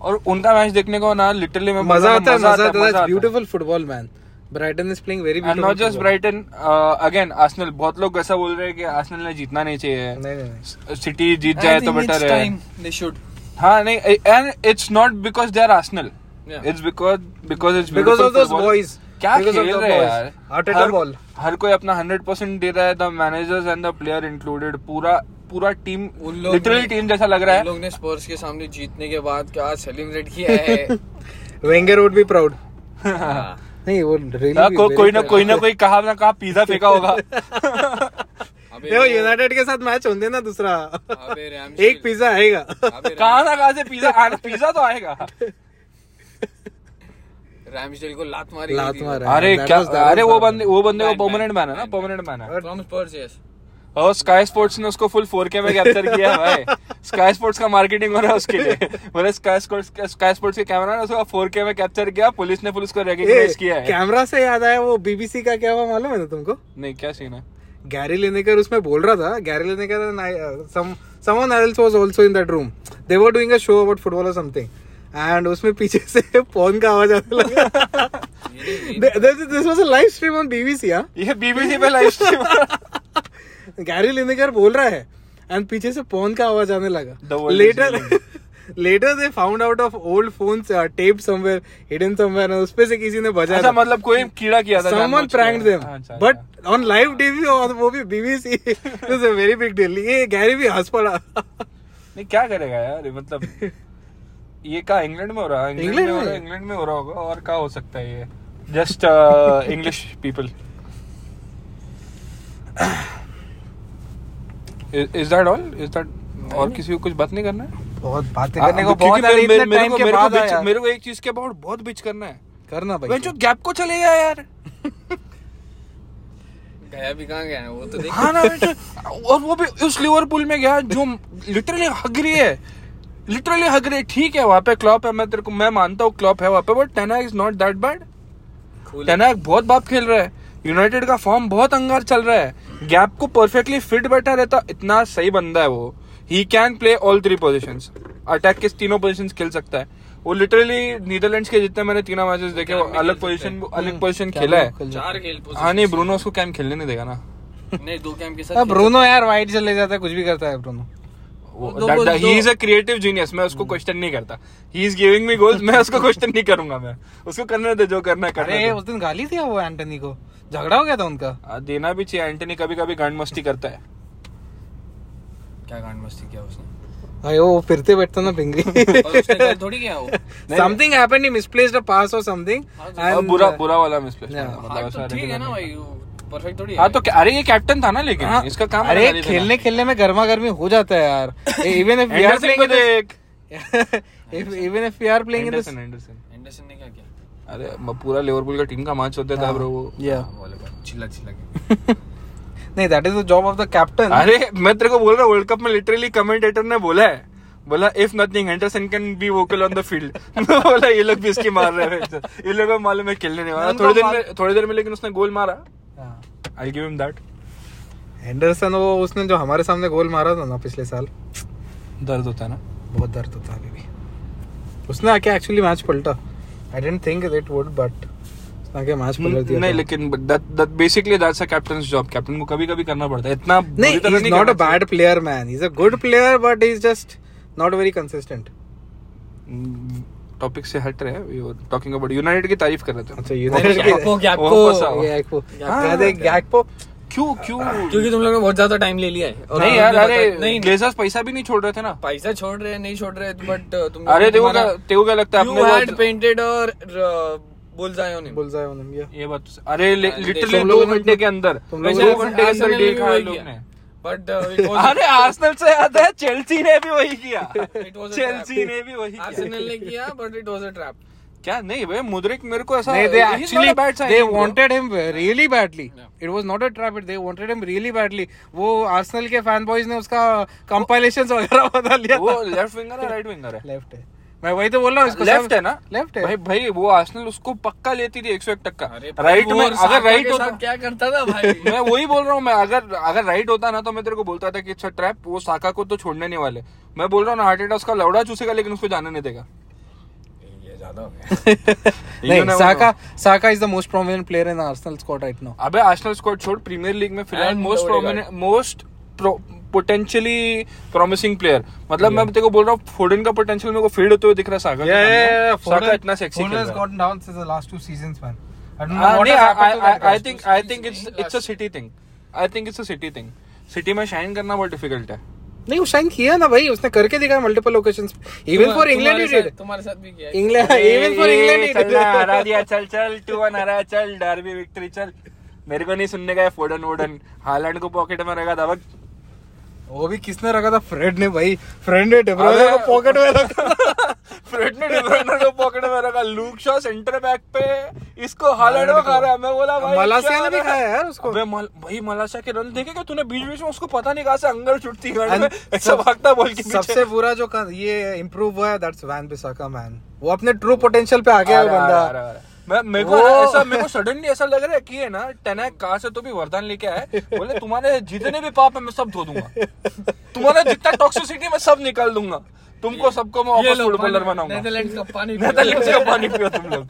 B: और उनका मैच देखने को ना लिटरली मैं बोल
A: मजा
B: रहा
A: आता है
B: था,
A: मजा आता है
B: मतलब मजा
A: that's beautiful football man Brighton is playing very
B: and
A: beautiful
B: not just Brighton again Arsenal uh, बहुत लोग ऐसा बोल रहे हैं कि आर्सेनल ने जीतना नहीं चाहिए
A: नहीं नहीं नहीं
B: सिटी जीत जाए तो बेटर है
C: टाइम दे शुड
B: हाँ नहीं and it's not because they are Arsenal
C: Yeah.
B: It's because because it's
A: Because of those boys.
B: क्या
A: Because of
B: खेल
A: the
B: रहे हैं
A: boys.
B: यार
A: Arteta
B: हर-
A: ball.
B: हर कोई अपना 100% दे रहा है the managers and the player included पूरा पूरा टीम
C: उन लोग
B: लिटरली
C: ने-
B: टीम जैसा लग रहा
C: उन
B: है
C: लोग ने स्पोर्ट्स के सामने जीतने के बाद क्या सेलिब्रेट किया है
A: वेंगर वुड बी प्राउड
C: हाँ।
A: नहीं वो really
B: हाँ,
A: be
B: को,
A: very
B: कोई ना
A: proud.
B: कोई ना कोई कहा ना कहा पिज्जा फेंका होगा
C: अबे
A: देखो
C: वो-
A: यूनाइटेड के साथ मैच होंगे ना दूसरा
C: अबे रैमशील-
A: एक पिज्जा आएगा
C: अबे रैम-
B: कहा ना कहा से पिज्जा आना पिज्जा तो आएगा
C: रैमसडेल को लात मारी
A: लात
C: गई थी।
A: मारा।
B: अरे
A: that
B: क्या
A: was- that
B: अरे
A: was
B: वो
A: bad.
B: बंदे वो बंदे
C: Bad,
B: को
C: bad,
B: परमानेंट मैन है ना
C: bad, bad.
B: परमानेंट मैन है
C: From Spurs, yes.
B: और स्काई स्पोर्ट्स ने उसको फुल 4K में कैप्चर किया है भाई स्काई स्पोर्ट्स का मार्केटिंग हो रहा है उसके लिए बोले स्काई स्पोर्ट्स स्काई स्पोर्ट्स के कैमरा ने उसको 4K में कैप्चर किया पुलिस ने पुलिस को रिकग्नाइज किया है
A: कैमरा से याद आया वो बीबीसी का क्या हुआ मालूम है ना तुमको
B: नहीं क्या सीन है
A: गैरी लेनेकर उसमें बोल रहा था Gary Lineker some uh, someone else was also in that room they were doing a show about football or something and उसमें पीछे से फोन का आवाज आने लगा this was a live stream on BBC हां
B: ये बीबीसी पे लाइव स्ट्रीम
A: अच्छा, गैरी लिनेकर बोल रहा है एंड पीछे से फोन का आवाज आने
B: The
A: लगा
B: world is
A: later
B: ending.
A: Letter they found out of old phone tape somewhere hidden somewhere उस पे से किसी ने बजाया
B: ऐसा
A: था।
B: मतलब कोई कीड़ा किया था
A: someone
B: जानबूझ के।
A: pranked them
B: हाँ, अच्छा,
A: but
B: अच्छा।
A: on live tv और वो भी bbc it was a very big deal ये गैरी भी हंस पड़ा
B: नहीं क्या करेगा यार ये मतलब ये कहा इंग्लैंड में हो रहा है
A: इंग्लैंड
B: इंग्लैंड में हो
A: में?
B: रहा है इंग्लैंड में हो रहा होगा और क्या हो सकता है ये uh, just English people is that all is that और किसी को कुछ बात नहीं करना है
A: बहुत बातें
B: आ, हाँ, क्योंकि मेरे- मेरे- मेरे को- मेरे को bitch-
A: मेरे
B: मेरे को एक चीज के अबाउट बहुत बिच करना है
A: करना भाई
B: जो गैप को चले गया यार
C: गया भी कहाँ गया है वो तो देख
B: हाँ ना बेंचो, और वो भी उस लिवरपूल में गया जो लिटरली हग रही है लिटरली हग रही है ठीक है वहाँ पे क्लॉप है मैं तेरे को मैं मानता हूँ क्लॉप है वहाँ पे बट टेना is not that bad
C: cool है।
B: टेना बहुत बाप खेल रहा है यूनाइटेड का फॉर्म बहुत अंगार चल रहा है गैप को परफेक्टली फिट बैठा रहता इतना सही बंदा है वो ही can play all three positions attack के तीनों पोजिशंस खेल सकता है वो लिटरली नीदरलैंड्स के जितने मैंने तीनों मैचेस देखे वो
C: Cam भी
B: अलग
C: खेल सकता
B: पोजीशन अलग पोजीशन
A: Cam
B: खेला
A: भी
B: है
A: खेल
C: चार खेल position
B: हाँ नहीं ब्रूनो उसको कैम खेलने नहीं देगा ना
C: नहीं दो कैम के साथ
A: अब
C: खेल
A: ब्रूनो यार वाइड चले जाता है कुछ भी करता है ब्रूनो
B: वो-
A: तो
C: दो
B: that-
C: goals,
B: that-
C: दो-
B: he is a creative genius, मैं उसको क्वेश्चन नहीं करता he is giving me goals मैं उसको क्वेश्चन नहीं करूंगा मैं उसको करने दे जो करना है करने
A: अरे
B: दे।
A: उस दिन गाली दिया वो एंटनी को झगड़ा हो गया था उनका
B: आ, देना भी चाहिए एंटनी कभी कभी गांड मस्ती करता है
C: सकते। क्या कांड मस्ती किया उसने
A: भाई वो फिरते बैठता ना पिंगली
C: और उसने goal थोड़ी किया वो
A: something happened he misplaced a pass और समथिंग हाँ,
B: और बुरा बुरा वाला मिसप्लेसमेंट
A: Yeah.
C: हाँ तो ठीक है ना भाई परफेक्ट थोड़ी है
B: हाँ तो क्या- अरे ये कैप्टन था ना लेकिन
A: हाँ,
B: इसका तो काम
A: अरे
B: बना देना।
A: खेलने खेलने में गर्मा गर्मी हो जाता है यार even if we are
B: Anderson
A: playing
B: को देख
A: even if we are playing in this
B: Anderson Anderson
C: Anderson ने क्या किया
B: अरे म- पूरा लिवरपूल का टीम का मैच होता
A: हाँ।
B: था ब्रो वो
A: या
C: बोले भाई चिल्ला चिल्ला के
A: नहीं that is the job of the captain
B: अरे मैं तेरे को बोल रहा हूँ वर्ल्ड कप में लिटरली कमेंटेटर ने बोला है बोला if nothing Anderson can be vocal on the field बोला ये लोग भी इसकी मार रहे हैं ये लोग को मालूम है खेलने नहीं वाला
A: उनको
B: थोड़ी देर
A: माल-
B: में थोड़ी देर में लेकिन उसने गोल मारा I give him that
A: Anderson हाँ। वो उसने जो हमारे सामने गोल मारा था ना पिछले साल
B: दर्द होता है ना
A: बहुत दर्द होता है अभी भी उसने आके एक्चुअली मैच पलटा I don't think it would but उसने आके मैच पलट दिया
B: नहीं
A: था।
B: लेकिन basically that's a captain job captain को कभी कभी करना पड़ता है इतना बुरी
A: नहीं
B: तरह
A: he's not
B: करना
A: a bad player man he's a good player but he's just not very consistent
B: चाहिए। टॉपिक हम्म, से हट रहे हैं we were talking about United की तारीफ कर रहे थे
A: अच्छा यूनाइटेड के
C: गैपो, गैपो।
B: तो- वो फंसा हुआ।
A: गैकपो
C: हाँ,
A: अरे गैकपो
B: क्यों क्यों
C: क्योंकि तुम लोग ने बहुत ज्यादा टाइम ले लिया है और
B: नहीं
C: हमें
B: यार
C: भी
B: अरे
C: पता- नहीं नहीं,
B: ग्लेजर्स पैसा भी नहीं छोड़ रहे थे ना
C: पैसा छोड़ रहे हैं, नहीं छोड़ रहे बट तुम
B: अरे तेरे को क्या- तेरे को क्या लगता है
C: यू
B: अपने
C: हैड
B: बहुत-
C: पेंटेड और uh, bullseye on him
A: bullseye on India
B: ये बात तो स- अरे
C: हाँ,
B: लिटरली
A: तुम
B: दो
A: लोगों ने- तो-
B: घंटे के अंदर
A: तुम
B: दो
A: लोगों ने-
B: घंटे के अंदर डील खा लोग ने
C: बट
B: अरे आर्सेनल से याद है चेल्सी ने भी वही किया चेल्सी ने भी वही किया
C: आर्सेनल ने किया but it was a trap
B: क्या नहीं भाई मुद्रिक मेरे को ऐसा
A: नहीं दे
B: he's not a
A: actually
B: bad signing,
A: they
B: bro.
A: Wanted him really badly
C: Yeah.
A: It was not a trap they wanted him really badly वो आर्सेनल के फैन बॉयज ने उसका कंपाइलेशंस वगैरह बता लिया
B: वो लेफ्ट विंगर है राइट विंगर है
A: लेफ्ट है मैं वही तो बोल रहा हूँ इसको
B: लेफ्ट है ना
A: लेफ्ट है
B: भाई भाई वो आर्सेनल उसको पक्का लेती थी 101 टक्का राइट
C: राइट
B: में अगर राइट होता
C: क्या करता था भाई
B: मैं वही बोल रहा हूँ मैं अगर अगर राइट होता ना तो मैं तेरे को बोलता था कि अच्छा ट्रैप वो साका को तो छोड़ने नहीं वाले मैं बोल रहा हूँ ना हार्ट उसका लौड़ा चूसेगा लेकिन उसको जाने नहीं देगा
C: ये ज्यादा हो गया
A: नहीं Saka Saka is the most prominent player in Arsenal squad right now
B: अबे आर्सेनल स्क्वाड छोड़ प्रीमियर लीग में फिलहाल
C: And
B: most
C: Odegaard.
B: Prominent most potentially promising player मतलब मैं तेरे को बोल रहा हूँ फोर्डन का पोटेंशियल मेरे को फील्ड होते हुए दिख रहा है सागा के सामने। साका इतना सेक्सी खेल रहा है
A: gotten down since the last two seasons man I don't know
B: हाँ,
A: व्हाट
B: नहीं
A: has happened
B: I
A: I think
B: think I think it's it's a City thing I think it's a City thing City में शाइन करना बहुत डिफिकल्ट है
A: नहीं वो शाइन किया ना भाई उसने करके दिखाया multiple occasions even for England he
C: तुम्हारे
A: डिड
C: साथ- तुम्हारे साथ भी किया है।
A: इंग्लैंड इवन फॉर इंग्लैंड ही
B: चल ना, हरा
A: डिड
B: दिया चल चल टू वन हरा चल डार्बी विक्ट्री चल मेरे को नहीं सुनने का है फोडन वोडन हालैंड को पॉकेट में रहेगा दबक
A: वो भी किसने रखा था फ्रेड ने भाई फ्रेड ने डिब्रोइने को
B: अबे-
A: पॉकेट में रखा
B: फ्रेड ने डिब्रोइनर को पॉकेट में रखा लूक शॉ सेंटर बैक पे इसको हालैंड में खा रहा है मैं बोला भाई
A: मलासिया
B: क्या
A: ने भी
B: रहा है?
A: खाया यार उसको।
B: अबे मल- भाई मलासिया के रन देखे क्या तूने बीच बीच में उसको पता नहीं कहाँ से अंगर छुटती है
A: And
B: में ऐसा
A: सब-
B: भागता बोल के
A: सबसे बुरा जो का, ये इम्प्रूव हुआ है दैट्स वैन बिसाका मैन वो अपने ट्रू पोटेंशियल पे आ गया है
B: आ रहा, आ रहा, आ
A: बंदा
B: रहा। मैं मेरे को
C: वो-
B: ऐसा मेरे को सडनली ऐसा लग रहा है कि है ना टेनैक कहाँ से तो भी वरदान लेके आए बोले तुम्हारे जितने भी पाप है मैं सब धो दूंगा तुम्हारा जितना टॉक्सिसिटी मैं सब निकाल दूंगा तुमको सबको मैं
C: ये
B: वापस
C: लो,
B: फुटबॉलर
C: पानी-
B: बनाऊंगा
A: तो
C: नेदरलैंड का पानी
B: नेदरलैंड्स का पानी पियो तुम लोग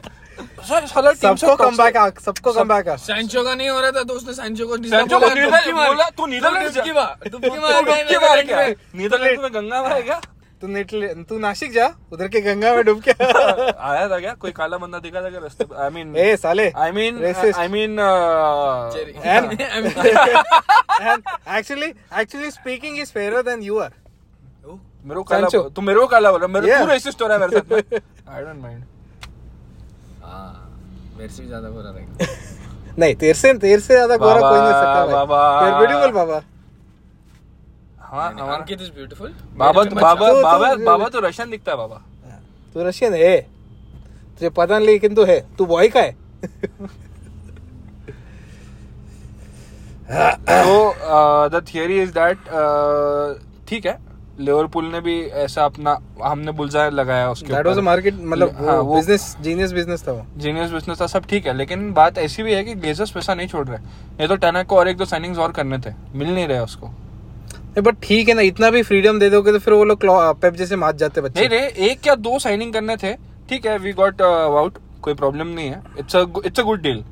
B: सर, साला टीम
A: सबको
B: सब
A: कम बैक आ सबको कम बैक आ
C: सैंचो का नहीं हो रहा था तो उसने सैंचो को
B: सैंचो को नीदरलैंड- बोला,
C: तो
B: तू नीदरलैंड जा।
C: की बार दुबकी
B: तो डुबकी मार के आए। नीदरलैंड में गंगा में आएगा
A: तू नेटले तू नासिक जा उधर के गंगा में डूब के
B: आया था क्या कोई काला बंदा दिखा था क्या रास्ते पे आई मीन
A: ए साले
B: I mean
A: Racist.
B: I mean uh,
A: actually actually speaking is fairer than you are
B: मेरे को काला
A: Sancho.
B: तुम मेरे को काला बोल रहे हो, मेरे
A: Yeah.
B: तू रेसिस्ट हो रहा है मेरे साथ आई डोंट माइंड
C: हाँ, मेरे से भी ज्यादा बुरा रहेगा
A: नहीं तेरे से तेरे से ज्यादा गोरा कोई नहीं हो सकता भाई
B: बाबा,
A: You're beautiful बाबा
B: हाँ हमारा
C: अंकित इज ब्यूटीफुल
B: बाबा बाबा
A: तो-
B: बाबा
A: तो-
B: बाबा तो रशियन दिखता है बाबा
A: तू रशियन है तुझे पता नहीं लेकिन तू है तू बॉय का है
B: तो the theory is that uh, ठीक है लिवरपूल ने भी ऐसा अपना हमने बुलजा लगाया उसके
A: दैट वाज अ मार्केट मतलब
B: हाँ, वो-
A: बिजनेस जीनियस बिजनेस था वो
B: जीनियस बिजनेस था सब ठीक है लेकिन बात ऐसी भी है कि ग्लेजर्स पैसा नहीं छोड़ रहे नहीं तो टनक को और एक दो साइनिंग्स और करने थे मिल नहीं रहे उसको
A: बट ठीक है ना इतना भी फ्रीडम दे दोगे तो फिर वो लोग पेप जैसे मात जाते बच्चे
B: नहीं रे एक या दो साइनिंग करने थे ठीक है वी गॉट आउट कोई प्रॉब्लम नहीं है it's a it's a good deal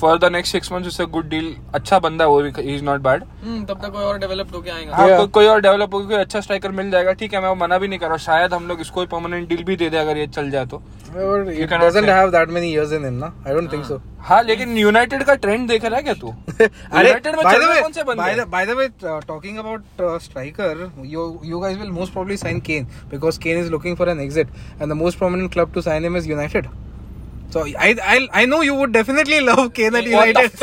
B: for the next six months it's a good deal अच्छा बंदा है वो भी इज नॉट बैड
C: हम्म, तब तक कोई और डेवलप्ड होके आएगा
B: हाँ को, कोई और डेवलप होगा कोई अच्छा स्ट्राइकर मिल जाएगा ठीक है मैं मना भी नहीं कर रहा हूँ। शायद हम लोग इसको परमानेंट डील भी दे दे अगर ये चल जाए तो
A: But
B: You
A: it
B: cannot
A: doesn't
B: say.
A: have that many years in him ना आई डोंट think so
B: हाँ लेकिन यूनाइटेड का ट्रेंड देख रहा है क्या तू
A: अरे
B: यूनाइटेड में
A: by
B: चल
A: the
B: रहे
A: way
B: कौन से
A: by
B: बंदे
A: the- by the way uh, talking about uh, striker you you guys will most probably sign Kane because Kane is looking for an exit and the most prominent club to sign him is United so I I I know you would definitely love Kane at
B: What the
A: United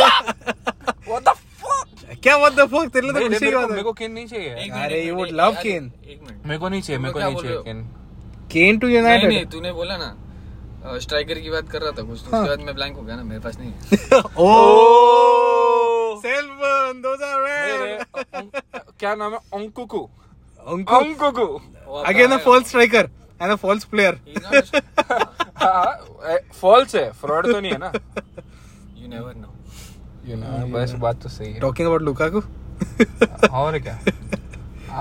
B: What the fuck?
A: क्या what the fuck तेरे लिए तो
B: नहीं, मेरे
A: खुशी की
B: को
A: बात
B: मेरे
A: है
B: को केन नहीं चाहिए
C: एक मिनट,
A: अरे,
C: एक
A: you
C: मिनट,
A: would
C: एक-
A: love
C: अरे,
A: Kane.
C: एक मिनट
B: मेरे को नहीं चाहिए मेरे को
C: क्या
B: नहीं
C: बोल
B: चाहिए
C: रहे
B: केन
A: Kane to
C: नहीं
A: United
C: नहीं तूने बोला ना स्ट्राइकर की बात कर रहा था कुछ तो उसके बाद मैं ब्लैंक हो गया ना मेरे पास नहीं है
B: तो-
A: oh Selvan those are rare
B: क्या नाम है अंकुकु
A: Uncle
B: अंकुकु
A: again a false striker and a false player
C: हाँ,
B: फॉल्स हाँ, है फ्रॉड तो नहीं है ना
C: you never know
B: you know बस बात तो सही है
A: talking about Lukaku
B: और क्या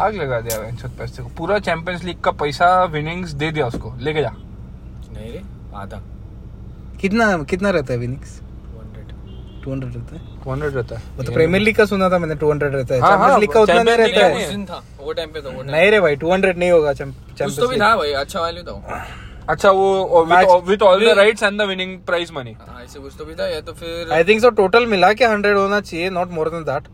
B: आग लगा दिया भाई छत पैसे को पूरा चैंपियंस लीग का पैसा विनिंग्स दे दिया उसको लेके जा
C: नहीं रे आधा
A: कितना कितना रहता है विनिक्स
C: 200
A: 200 रहता है
B: हंड्रेड रहता है
A: वो तो प्रीमियर लीग का सुना था मैंने 200 रहता है
B: हाँ,
A: चैंपियंस
B: हाँ,
A: लीग का उतना नहीं
B: Champions League
A: रहता
B: का
C: नहीं,
B: नहीं
A: है
C: उस दिन था वो टाइम पे था वो टाइम
A: नहीं रे भाई 200 नहीं होगा
C: कुछ तो भी
A: चैंपियंस
C: था भाई अच्छा वैल्यू था वो।
B: अच्छा वो
A: Match-
B: with all the rights and the winning prize money
C: हाँ ऐसे कुछ तो भी था या तो फिर
A: आई थिंक सो टोटल मिला के 100 होना चाहिए not more than that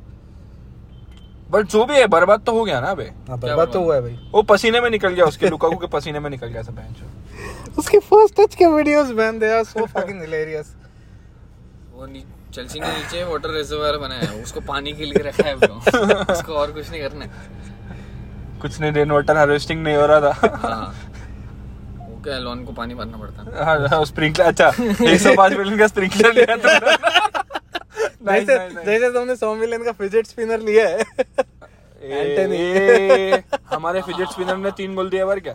B: but जो भी है बर्बाद तो हो गया ना बे
A: हाँ बर्बाद तो हुआ है भाई
B: वो पसीने में निकल गया उसके लुकाकू के पसीने में निकल गया सब बेंच
A: उसके फर्स्ट टच के videos man they are so fucking hilarious
C: वो नी- चेल्सी के नीचे वाटर रिजर्वायर बनाया है उसको पानी के लिए रखा है bro। उसको और कुछ नहीं करना है
B: कुछ नहीं रेन वाटर हार्वेस्टिंग नहीं हो रहा था
C: हाँ वो क्या लॉन को पानी मारना पड़ता है
B: हाँ स्प्रिंकलर अच्छा एक सौ पांच मिलियन का स्प्रिंकलर लिया था Nice,
A: जैसे
B: nice, nice.
A: जैसे तुमने 100 मिलियन का फिजेट स्पिनर लिया है Anthony.
B: ए, हमारे फिजिट स्पिनर ने तीन गोल दिया बार क्या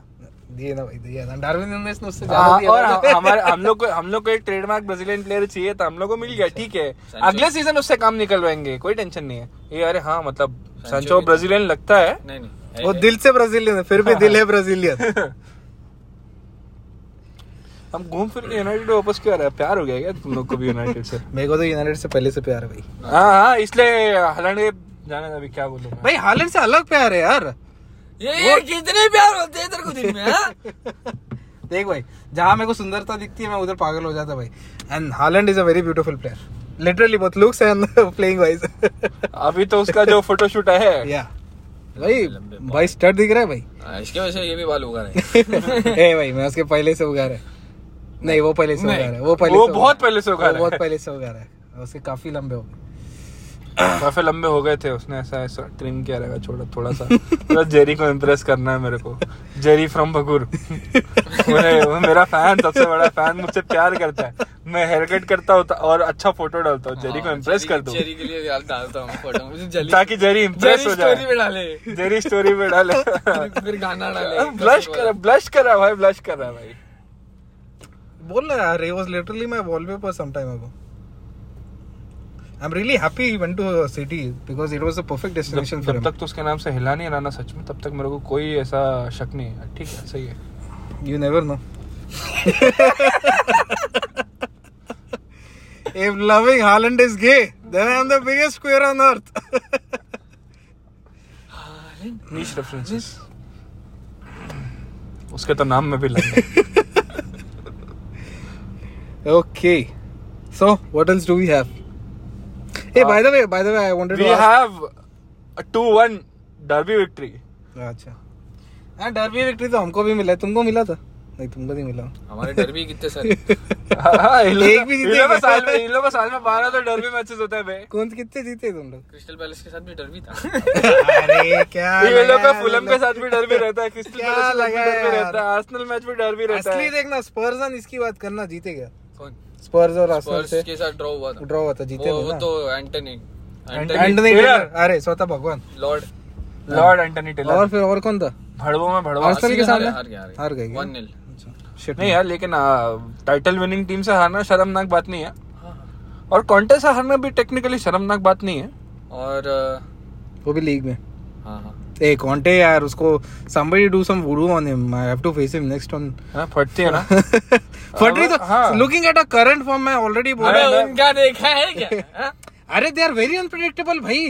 A: दिए ना भाई दिए ना डार्विन ने इसने उससे तो ज्यादा
B: हाँ,
A: दिया
B: और
A: था।
B: हम- हमारे हम लोग को हम लोग को एक ट्रेडमार्क ब्राजीलियन प्लेयर चाहिए था हम लोग को मिल गया ठीक है अगले सीजन उससे काम निकलवाएंगे कोई टेंशन नहीं है ये अरे हाँ मतलब सांचो ब्राजीलियन लगता है
C: नहीं नहीं है-
A: वो दिल से ब्राजीलियन है फिर भी दिल है ब्राजीलियन
B: हम घूम फिर के यूनाइटेड वापस क्यों आ रहे हैं प्यार हो गया क्या तुम लोग को भी यूनाइटेड से
A: मेरे को तो यूनाइटेड से पहले से प्यार है भाई
B: हाँ हाँ इसलिए हलन के जाने का भी क्या बोलूं मैं
A: भाई हालैंड से अलग प्यार है यार
C: ये ये कितने प्यार होते हैं तेरे को दिन में हाँ?
A: देख भाई जहाँ मेरे को सुंदरता दिखती है मैं उधर पागल हो जाता भाई and Haaland is a very beautiful player literally both looks and playing wise
B: अभी तो उसका जो फोटोशूट है
A: या भाई भाई स्टड दिख रहा है भाई
C: हाँ, इसके वजह से ये भी बाल उगा रहे हैं
A: ए भाई मैं उसके पहले से उगा रहा है नहीं वो पहले से उगा
C: नहीं,
A: रहा है वो पहले
B: वो
A: से
B: बहुत पहले से उगा
A: वो
B: रहा
A: बहुत
B: है।
A: पहले से उगा रहा है उसके काफी लंबे हो गए
B: काफी लंबे हो गए थे उसने ऐसा ऐसा ट्रिम किया रहेगा छोटा थोड़ा सा थोड़ा जेरी को इम्प्रेस करना है मेरे को जेरी फ्रॉम भगूर मेरे- वो मेरा फैन सबसे बड़ा फैन मुझसे प्यार करता है मैं हेयर कट करता हूँ और अच्छा फोटो डालता हूँ जेरी को
C: हाँ,
B: इम्प्रेस
C: चेरी-
B: कर दूँ
C: चेरी के लिए यार डालता हूँ फोटो मुझे जल्दी
B: ताकि जेरी इम्प्रेस हो
C: स्टोरी
B: जाए
C: पे डाले
B: जेरी स्टोरी पे डाले
C: फिर- फिर गाना डाले
B: ब्लश कर ब्लश कर रहा है भाई ब्लश कर रहा है भाई
A: बोल रहा यार was literally my wallpaper some time ago I'm really happy he went to a city because it was a perfect
B: जब,
A: destination for
B: जब
A: him.
B: तक तो उसके नाम से हिला नहीं रहा ना सच में तक तक मेरे को कोई ऐसा शक नहीं है ठीक है सही है
A: You never know. if loving Haaland is gay, then I am the biggest queer on earth.
B: Niche references उसके तो नाम में भी लग गया।
A: okay. So, what else do we have? Hey, by the way, by the way, I wanted
B: we
A: to ask.
B: have a 2-1 derby victory
A: अच्छा हाँ डरबी विक्ट्री तो हमको भी मिला है तुमको मिला था नहीं तुमको नहीं मिला
C: हमारे डर भी कितने सारे
B: हाँ, हाँ, इन लोगों-
A: एक भी
B: इन
A: जीतेगा।
B: लोगों का साल में इन लोगों का साल में 12 तो derby matches होते हैं बे
A: कौन कितने जीते तुम लोग
C: क्रिस्टल पैलेस के साथ भी डर भी था
A: अरे क्या
B: ये लोग का
A: लगाया
B: फुलम के
A: तुम
B: साथ भी डरबी रहता है क्रिस्टल
A: क्या
B: पैलेस के साथ भी
A: लगा
B: डरबी
A: यार?
B: रहता है आर्सेनल मैच में डरबी
A: लोग?
B: रहता
A: असली
B: है
A: देखना स्पर्स और इसकी बात करना जीते क्या
C: कौन
A: स्पर्स
C: तो
A: और आर्सेनल
C: स्पर्स
A: से
C: के साथ ड्रॉ हुआ था
A: ड्रॉ हुआ था जीते
C: वो
A: थे
C: वो
A: ना
C: तो Antony Antony
A: Antony
B: Taylor.
A: Taylor अरे स्वतः भगवान
C: लॉर्ड
B: लॉर्ड एंटनी
A: और
B: टेलर
A: फिर और कौन था
B: भड़वों में भड़वा
A: आर्सेनल के सामने
C: हार गया
A: हार गए क्या?
C: 1-0
A: अच्छा, shit.
B: नहीं यार लेकिन टाइटल विनिंग टीम से हारना शर्मनाक बात नहीं है और कॉन्टे से हारना भी टेक्निकली शर्मनाक बात नहीं है
C: और अ,
A: वो भी लीग में
C: हाँ हाँ
A: ए कॉन्टे यार उसको somebody do some voodoo on him i have to face him next on
B: है ना, फटती है ना
A: फट रही
B: हाँ।
A: तो looking at a current form मैं ऑलरेडी बोल
C: अरे
A: रहा हूँ
C: उनका देखा है क्या हाँ?
A: अरे दे आर वेरी अनप्रेडिक्टेबल भाई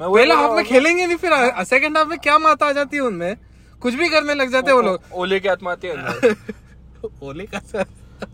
B: मैं वही
A: पहला
B: बोल
C: तो
B: रहा
A: हाफ में खेलेंगे नहीं फिर सेकंड हाफ में क्या माता आ जाती है उनमें कुछ भी करने लग जाते हैं वो लोग
B: ओले की आत्महत्या है
C: तो-
A: ओले का सर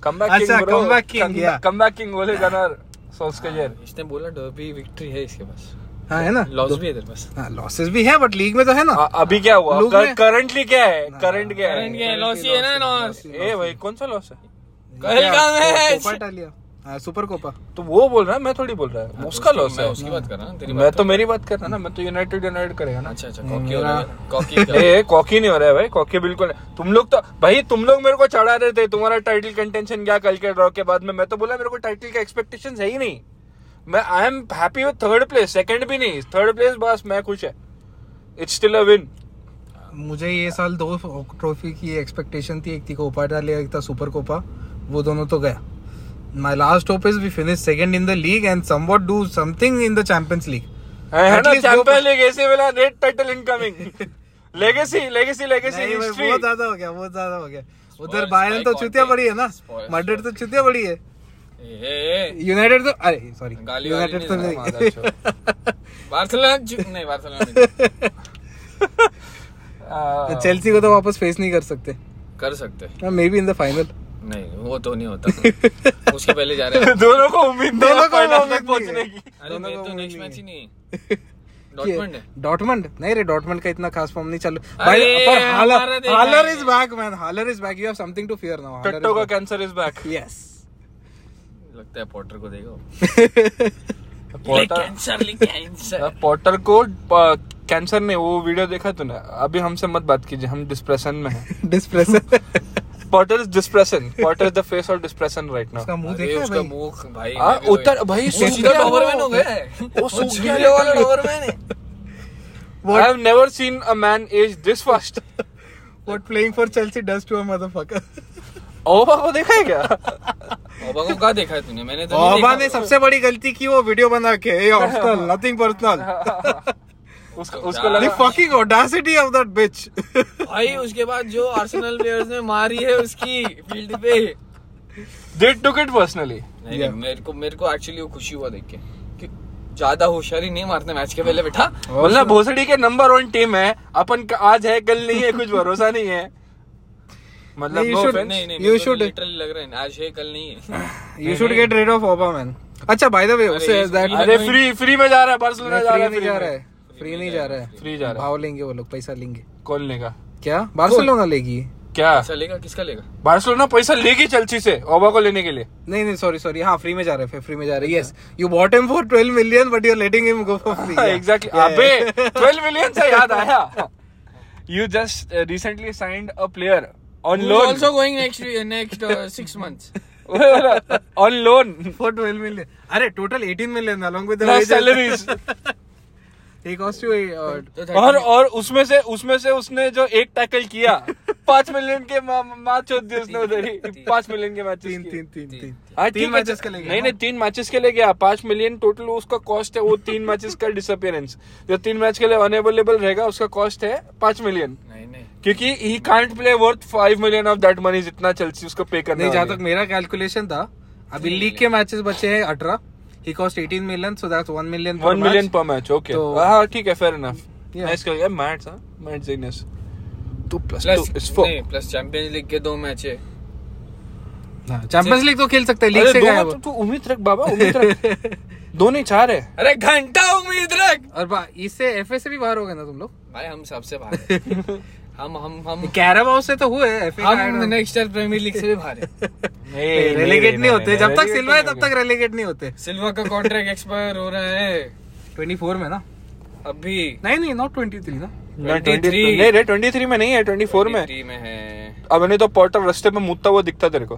B: कमबैक
A: अच्छा,
B: king
A: comeback king, yeah.
B: Comeback king Ole Gunnar Solskjaer
C: इसने बोला डर्बी विक्ट्री है इसके पास
A: हाँ है ना
C: लॉस भी है इधर पास
A: लॉसेस भी है बट लीग में तो है
C: हाँ,
A: ना
B: अभी क्या
A: लोग
B: हुआ
A: में- हाँ।
B: करंटली क्या है करंट क्या है
C: लॉस ही है ना लॉस
B: ए भाई कौन सा लॉस है
C: कल का मैच
A: कोपा टालिया हाँ सुपर कोपा
B: तो वो बोल रहा है मैं थोड़ी बोल रहा है उसका लॉस
C: मैं
B: है
C: हाँ, उसकी बात कर रहा हूँ तेरी
B: मैं तो मेरी बात कर रहा ना मैं तो यूनाइटेड यूनाइटेड करेगा ना
C: अच्छा अच्छा कॉकी हो रहा है कॉकी क्या?
B: ए कॉकी नहीं हो रहा है भाई कॉकी बिल्कुल नहीं। तुम लोग तो भाई तुम लोग मेरे को चढ़ा रहे थे तुम्हारा टाइटल कंटेंशन क्या कल के ड्रॉ के बाद में मैं तो बोला मेरे को टाइटल का एक्सपेक्टेशन है ही नहीं मैं I am happy with third place second भी नहीं थर्ड प्लेस बस मैं खुश है इट्स स्टिल अ विन
A: मुझे ये साल दो ट्रॉफी की एक्सपेक्टेशन थी एक थी कोपा टालिया एक था सुपर कोपा वो दोनों तो गया my last hope is we finish second in the league and somewhat do something in the Champions League
B: है
A: At
B: ना
A: least
B: चैंपियन
A: दो-
B: लीग ऐसे वाला red title incoming legacy legacy legacy
A: नहीं भाई,
B: हिस्ट्री
A: बहुत ज्यादा हो गया बहुत ज्यादा हो गया उधर
C: Spoils
A: बायरन
C: by
A: तो चुतिया
C: Conte.
A: बड़ी है ना
C: Spoils
A: मैड्रिड तो चुतिया बड़ी है
C: ए, ए, ए,
A: यूनाइटेड तो अरे सॉरी
C: गाली वाली
A: यूनाइटेड तो
C: नहीं देना,
A: नहीं
C: बार्सिलोना जु- नहीं बार्सिलोना नहीं।
B: हाँ।
A: चेल्सी को तो वापस फेस नहीं कर सकते हाँ,
C: कर सकते हैं।
A: May be in the final
C: नहीं वो तो नहीं होता उसके पहले जा रहे हैं
B: दोनों को उम्मीद नहीं
A: दोनों
B: है
A: को
B: फाइनल
A: उम्मीद
B: तक पहुंचने
A: नहीं है।
B: की
C: अरे
A: दोनों
C: मैं
A: को
C: तो
A: वो
C: नेक्स्ट
A: नहीं
C: मैच ही नहीं डॉटमंड है
A: डॉटमंड नहीं रे डॉटमंड का इतना खास फॉर्म नहीं चल भाई
C: अरे,
A: पर
C: हमारा
A: हालर
C: देखा
A: हालर
C: है।
A: Is back man Haller is back you have something to fear now
B: टट्टो का कैंसर इज बैक
A: यस
C: लगता है पॉटर को देखो
B: पोर्टर
C: कैंसर लिख कैंसर
B: पोर्टर को कैंसर ने वो वीडियो देखा तूने अभी हमसे मत बात कीजिए हम डिस्प्रेशन में हैं
A: depressor
B: Porter is depression Porter is the face of depression right
A: उसका
B: नाउ
A: मुंह
C: अरे
A: देखा है
C: उसका
A: भाई
C: मुंह भाई
B: हाँ,
C: मेरे को-
B: उतर- भाई,
C: वो
B: सूख
C: सीधा
B: गया वो।
C: डॉबरमैन हो गया है।
B: वो सूख
C: सूख
B: गया
C: गया वाला
B: literally।
C: डॉबरमैन है
B: I have never seen a man as this fast
A: what playing for Chelsea does to a motherfucker
B: Auba को देखा है क्या
C: ओबा को कहा देखा है तूने मैंने तो नहीं
A: ओबा
C: देखा
A: ने सबसे बड़ी गलती की वो वीडियो बना के ए हॉस्टल नथिंग पर्सनल
B: उसको उसको लगा
A: fucking audacity of that bitch.
C: भाई उसके बाद जो आर्सेनल प्लेयर्स ने मारी है उसकी फील्ड पे
B: दे टुक इट पर्सनली
C: नहीं
A: Yeah.
C: नहीं, मेरे को मेरे को एक्चुअली वो खुशी हुआ देख के कि ज्यादा होशियारी नहीं मारते मैच के पहले बेटा
B: मतलब भोसड़ी के नंबर वन टीम है अपन का आज है कल नहीं है कुछ भरोसा नहीं है मतलब
A: नहीं, you
B: no
A: should-
B: offense.
C: नहीं नहीं
A: You
C: you
A: should-
C: should literally लग रहा है आज है कल नहीं है
A: you should get rid of Oberman. अच्छा by the way, उससे
C: इस-
A: that
B: अरे फ्री फ्री में जा रहा है बार्सिलोना जा रहा
A: फ्री
B: है
A: नहीं जा रहा है, फ्री नहीं जा रहा है,
B: फ्री जा रहा है
A: भाव लेंगे वो लोग, पैसा लेंगे.
B: कौन लेगा
A: क्या? बार्सिलोना लेगी?
B: क्या
C: चलेगा किसका अच्छा, लेगा
B: बार्सिलोना पैसा लेगी चेल्सी से ओबा को लेने के लिए
A: नहीं नहीं सॉरी सॉरी हाँ फ्री में जा रहा है free में जा रहा है yes you bought him for 12 million but you're letting him go for free yeah.
B: Exactly अबे 12 मिलियन से याद आया you just recently signed a player on loan
C: also going next next 6 months
B: on loan
A: for 12 million अरे total 18 million along with the
B: plus
A: wages.
B: Salaries
A: He cost you a. Uh,
C: तो
B: और
C: 30
B: और उसमें से उसमें से उसने जो एक टैकल किया पांच मिलियन के मैच होते दिए उसने उधर ही पांच मिलियन के
A: तीन तीन
B: मैचेस
A: तीन
C: तीन-
A: तीन
B: हाँ ठीक
A: तीन
B: है,
A: matches के लिए गया
B: नहीं
A: ना?
B: नहीं तीन मैचेस के लिए गया पांच मिलियन टोटल उसका कॉस्ट है वो तीन मैचेस का डिसअपियरेंस जो तीन मैच के लिए अनेबलेबल रहेगा उसका कॉस्ट है पाँच मिलियन
C: नहीं नहीं
B: क्योंकि he can't play worth five million of that money जितना चेल्सी उसको पे करने
A: नहीं जहाँ
B: वाली
A: तक मेरा कैलकुलेशन था अभी लीग के मैचेस बचे हैं अठारह ही cost 18 million so that's 1 million
B: है। One million per match, okay.
A: तो-
B: हाँ, ठीक है, fair enough.
A: Yeah.
B: Nice कर गया, Matt, हाँ, Matt Zegnas. Two plus
C: plus
B: two is four.
C: नहीं प्लस चैंपियंस लीग के दो मैच है
A: चैंपियंस लीग तो खेल सकते हैं लीग
B: अरे,
A: से
B: दो तो-
A: गया
B: मत- तू उम्मीद रख बाबा उम्मीद रख दो नहीं चार है
C: अरे घंटा उम्मीद रख
A: और बा- इससे एफए से भी बाहर हो गए ना तुम लोग
C: भाई हम सबसे बाहर हैं। हम हम हम
A: कैराबाओ से तो हुए एफए
C: हम नेक्स्ट ईयर प्रीमियर लीग से भी बाहर हैं
A: रेलीगेट नहीं होते जब तक सिल्वा है तब तक रेलीगेट नहीं होते
C: सिल्वा का कॉन्ट्रैक्ट एक्सपायर हो रहा है
A: 24 में ना
C: अभी
A: नहीं नहीं नॉट 23 ना
C: 23
B: नहीं रे 23 में नहीं है 24 में
C: 23 में है
B: अब नहीं तो पॉटर रास्ते में मुद्दा वो दिखता तेरे को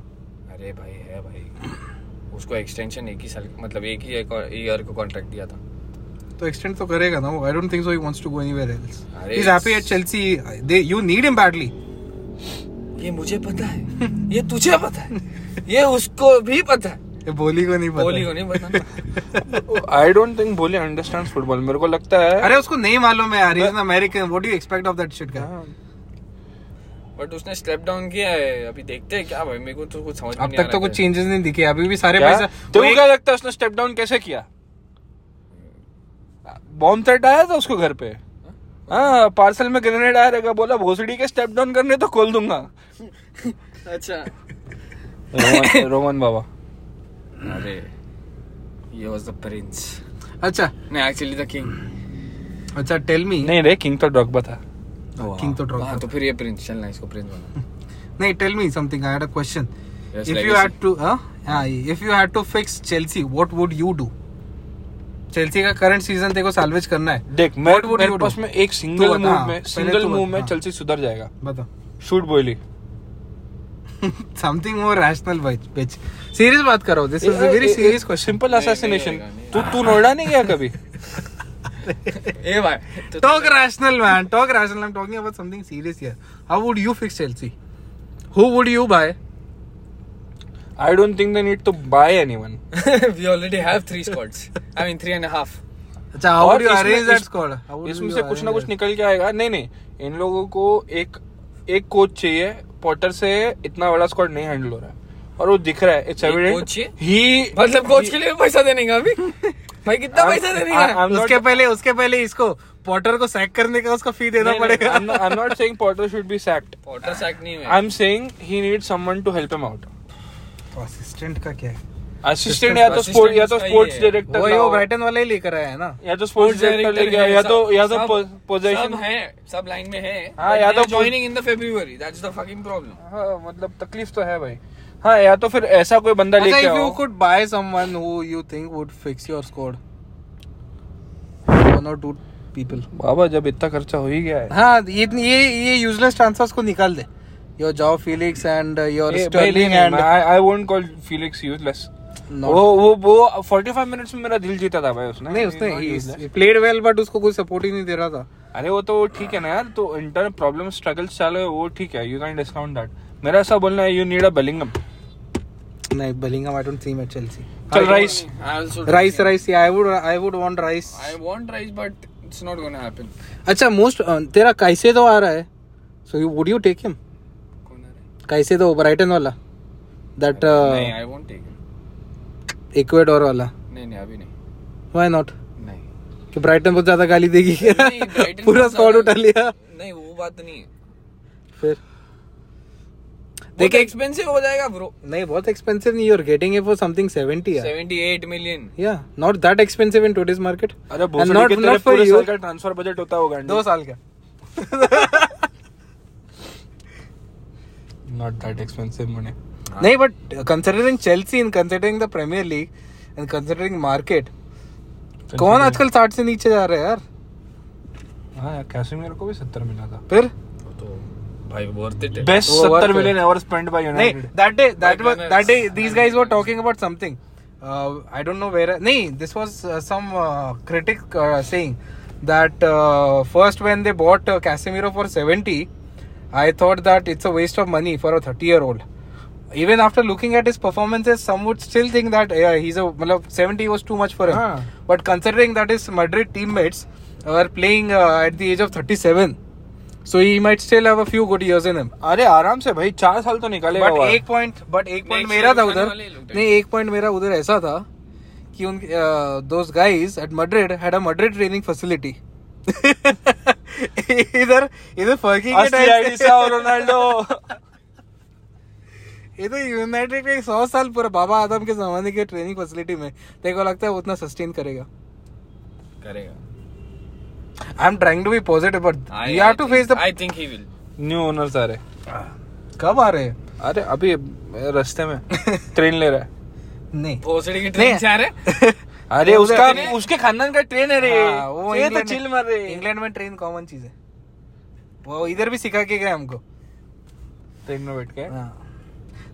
C: अरे भाई है भाई उसको एक्सटेंशन एक ही साल मतलब एक ही ईयर को कॉन्ट्रैक्ट दिया था
A: तो एक्सटेंड तो करेगा ना I don't think so he wants to go anywhere else
C: अरे
A: he is happy at Chelsea they you need him badly
C: ये मुझे पता है ये तुझे पता है ये उसको भी पता है
A: बोली को नहीं
C: बोली को
A: पता
C: नहीं पता ना।
B: आई डोंट थिंक बोले अंडरस्टैंड फुटबॉल मेरे को लगता है
A: अरे उसको नहीं मालूम है यार is an American what do you expect of that shit guys
B: हाँ।
C: बट उसने स्टेप डाउन किया है अभी देखते हैं क्या भाई मेरे को तो कुछ समझ में
A: अब
C: नहीं
A: तक
C: आ
A: तो
C: रहा
A: कुछ
C: है।
A: चेंजेस नहीं दिखे अभी भी सारे
B: क्या?
A: पैसा
B: तो
A: वो
B: वो
A: एक-
B: क्या लगता है उसने स्टेप डाउन कैसे किया बॉम्ब थ्रेट आया था उसको घर पे हाँ पार्सल में ग्रेनेड आया रहेगा बोला भोसड़ी के स्टेप डाउन करने तो खोल दूंगा
C: अच्छा
B: रोमन- रोमन बाबा
C: अरे ये वाज द प्रिंस
A: अच्छा
C: नहीं एक्चुअली द किंग
A: अच्छा टेल मी
B: नहीं रे किंग तो ड्रॉगबा था
A: King तो drop
C: हाँ तो फिर ये प्रिंस चलना इसको प्रिंस बना
A: नहीं tell me something I had a question
C: Yes,
A: if you
C: legacy.
A: Had to if you had to fix Chelsea what would you do Chelsea का करंट सीजन देखो सैल्वेज करना है
B: देख मैं
A: What would
B: मेरे
A: you do?
B: पास में एक
A: तू
B: सिंगल
A: बता,
B: मूव
A: हाँ,
B: में
A: पहले
B: सिंगल
A: तू
B: मूव
A: बता,
B: में
A: हाँ।
B: चलसी सुधर जाएगा
A: बता
B: शूट बोली
A: something more rational bitch serious बात करो this is a very serious question
B: simple
C: नहीं,
B: असैसिनेशन
C: नहीं, नहीं,
B: तू तू नोएडा नहीं गया कभी
C: ए भाई तो
A: talk rational man talk rational I am talking about something serious here how would you fix Chelsea who would you buy
B: I don't think they need to buy anyone
C: we already have three squads. I mean, three and a half.
A: अच्छा हाउ
B: और
A: वुड यू
B: इसमें-
A: अरेंज दैट
B: इस-
A: स्क्वाड हाउ वुड
B: इसमें से कुछ ना कुछ निकल के आएगा नहीं नहीं इन लोगों को एक एक कोच चाहिए पॉटर से इतना बड़ा स्क्वाड नहीं हैंडल हो रहा है और वो दिख रहा है इट्स
C: एक
B: एविडेंट
C: coach चाहिए?
B: ही
C: मतलब कोच के लिए भी पैसा देने का अभी भाई कितना पैसा देने
B: I'm-
C: का
B: I'm-
A: उसके
B: not-
A: पहले उसके पहले इसको पॉटर को सैक करने का उसका फी देना पड़ेगा
B: I am not saying Potter should be sacked
C: Potter sack नहीं
B: आई
C: है
B: am saying he need someone to help him out
A: assistant का क्या है
B: असिस्टेंट या तो
C: assistant
B: स्पोर्ट या तो
C: उसका ही
B: स्पोर्ट्स
C: है।
A: वो
B: डायरेक्टर
A: वो ब्राइटन वाला ही लेकर आया है ना
B: या तो स्पोर्ट्स डायरेक्टर ले गया या तो या तो पोजीशन
C: सब है सब लाइन में है
B: हाँ,
C: But
B: या
C: they are
B: तो-
C: joining in the February that's the fucking problem
B: हाँ मतलब तकलीफ तो है भाई हाँ या तो फिर ऐसा कोई बंदा
A: अच्छा
B: लेके
A: इफ यू
B: आओ
A: could buy someone who you think would fix your squad one और टू पीपल
B: बाबा जब इतना खर्चा हो ही गया है
A: हाँ ये ये ये यूजलेस ट्रांसफर्स को निकाल दे your Joao Felix and your
B: ए, भाई, नहीं,
A: स्टर्लिंग
B: नहीं,
A: एंड
B: मैं- I- I won't call Felix useless.
A: Not-
B: वो वो वो 45 minutes में मेरा दिल जीता था भाई उसने
A: नहीं
B: He's not useless.
A: उसने प्लेड वेल बट उसको कोई सपोर्ट ही नहीं दे रहा था
B: अरे वो तो ठीक है ना यार तो इंटरनल प्रॉब्लम स्ट्रगल चालू है वो ठीक है यू कैन डिस्काउंट दैट मेरा ऐसा बोलना है यू नीड अ बेलिंगम
A: नहीं Bellingham I don't see match Chelsea
B: चल Rice
C: I also don't
A: Rice
C: think-
A: Rice I would I would want Rice
C: I want rice but it's not gonna happen
A: अच्छा मोस्ट तेरा कैसे तो आ रहा है so you would you take him
C: कौन आ रहा है?
A: कैसे तो ब्राइटन वाला दैट
C: नहीं I won't take it
A: Ecuador वाला
C: नहीं नहीं अभी नहीं
A: व्हाई नॉट
C: नहीं
A: कि ब्राइटन बहुत ज्यादा गाली देगी क्या
C: नहीं, Brighton
A: पूरा
C: बहुत
A: स्क्वाड
C: ज्यादा-
A: उठा लिया
C: नहीं वो बात नहीं है
A: फिर
C: देखिए
A: देखिए
C: एक्सपेंसिव हो जाएगा ब्रो
A: नहीं बहुत एक्सपेंसिव नहीं you getting it for something 70 यार
C: 78 मिलियन
A: या not that expensive in today's market
B: अरे भोसड़ी
A: not-
B: के तेरे
A: not for
B: पूरे
A: you.
B: साल का ट्रांसफर बजट होता होगा
A: दो साल का
B: नॉट दैट एक्सपेंसिव मनी
A: नहीं but considering Chelsea in considering the Premier League and considering market कौन आजकल 60 से नीचे जा रहा है यार
B: हां हाँ यार कैसेमीरो को भी 70 मिला था
A: फिर
C: तो भाई worth it है
B: बेस्ट
A: वो worth
B: 70
A: है।
B: मिलियन एवर स्पेंट बाय
A: नहीं
B: United
A: that day that
C: Like
A: that that day
C: Gunners.
A: These guys were talking about Uh, something I don't know where नहीं this was some critic saying uh, that uh, first when they bought uh, Casemiro for 70, I thought that it's a waste of money for a 30 year old. Even after looking at his performances, some would still think that yeah, he's a matlab, 70 was too much for him.
B: Ah.
A: But considering that his Madrid teammates are playing uh, at the age of 37, so he might still have a few good years in him.
B: अरे आराम से भाई चार साल तो निकालेगा
A: बट
B: वो।
A: एक पॉइंट बट एक पॉइंट
C: Next
A: मेरा
C: year
A: था
C: उठाने
A: उधर
C: वाले ही लोग थे।
A: नहीं एक पॉइंट मेरा उधर ऐसा था कि उन those guys at Madrid had a Madrid training facility इधर इधर फर्की के
B: असली
A: time
B: आईडी से और रोनाल्डो
A: पे- इधर यूनाइटेड के सौ साल पूरा बाबा आदम के जमाने के ट्रेनिंग फैसिलिटी में तेरे को लगता है वो उतना सस्टेन करेगा
C: करेगा
A: I am trying to be positive but you have to face the
C: I think he will
B: new owner सारे
A: कब आ रहे हैं
B: अरे अभी रास्ते में ट्रेन ले रहा है
A: नहीं
C: भोसड़ी की ट्रेन
A: नहीं।
C: से आ रहे
B: अरे
A: वो
B: उसका
A: उधर-
B: उसके खानदान का ट्रेन है रे
A: हाँ, वो
B: ये तो
A: इंग्लैंड
B: चिल
A: में-
B: मर रे
A: इंग्लैंड में ट्रेन कॉमन चीज है वो इधर भी सिखा के गए हमको
B: ट्रेन में बैठ के
A: हाँ.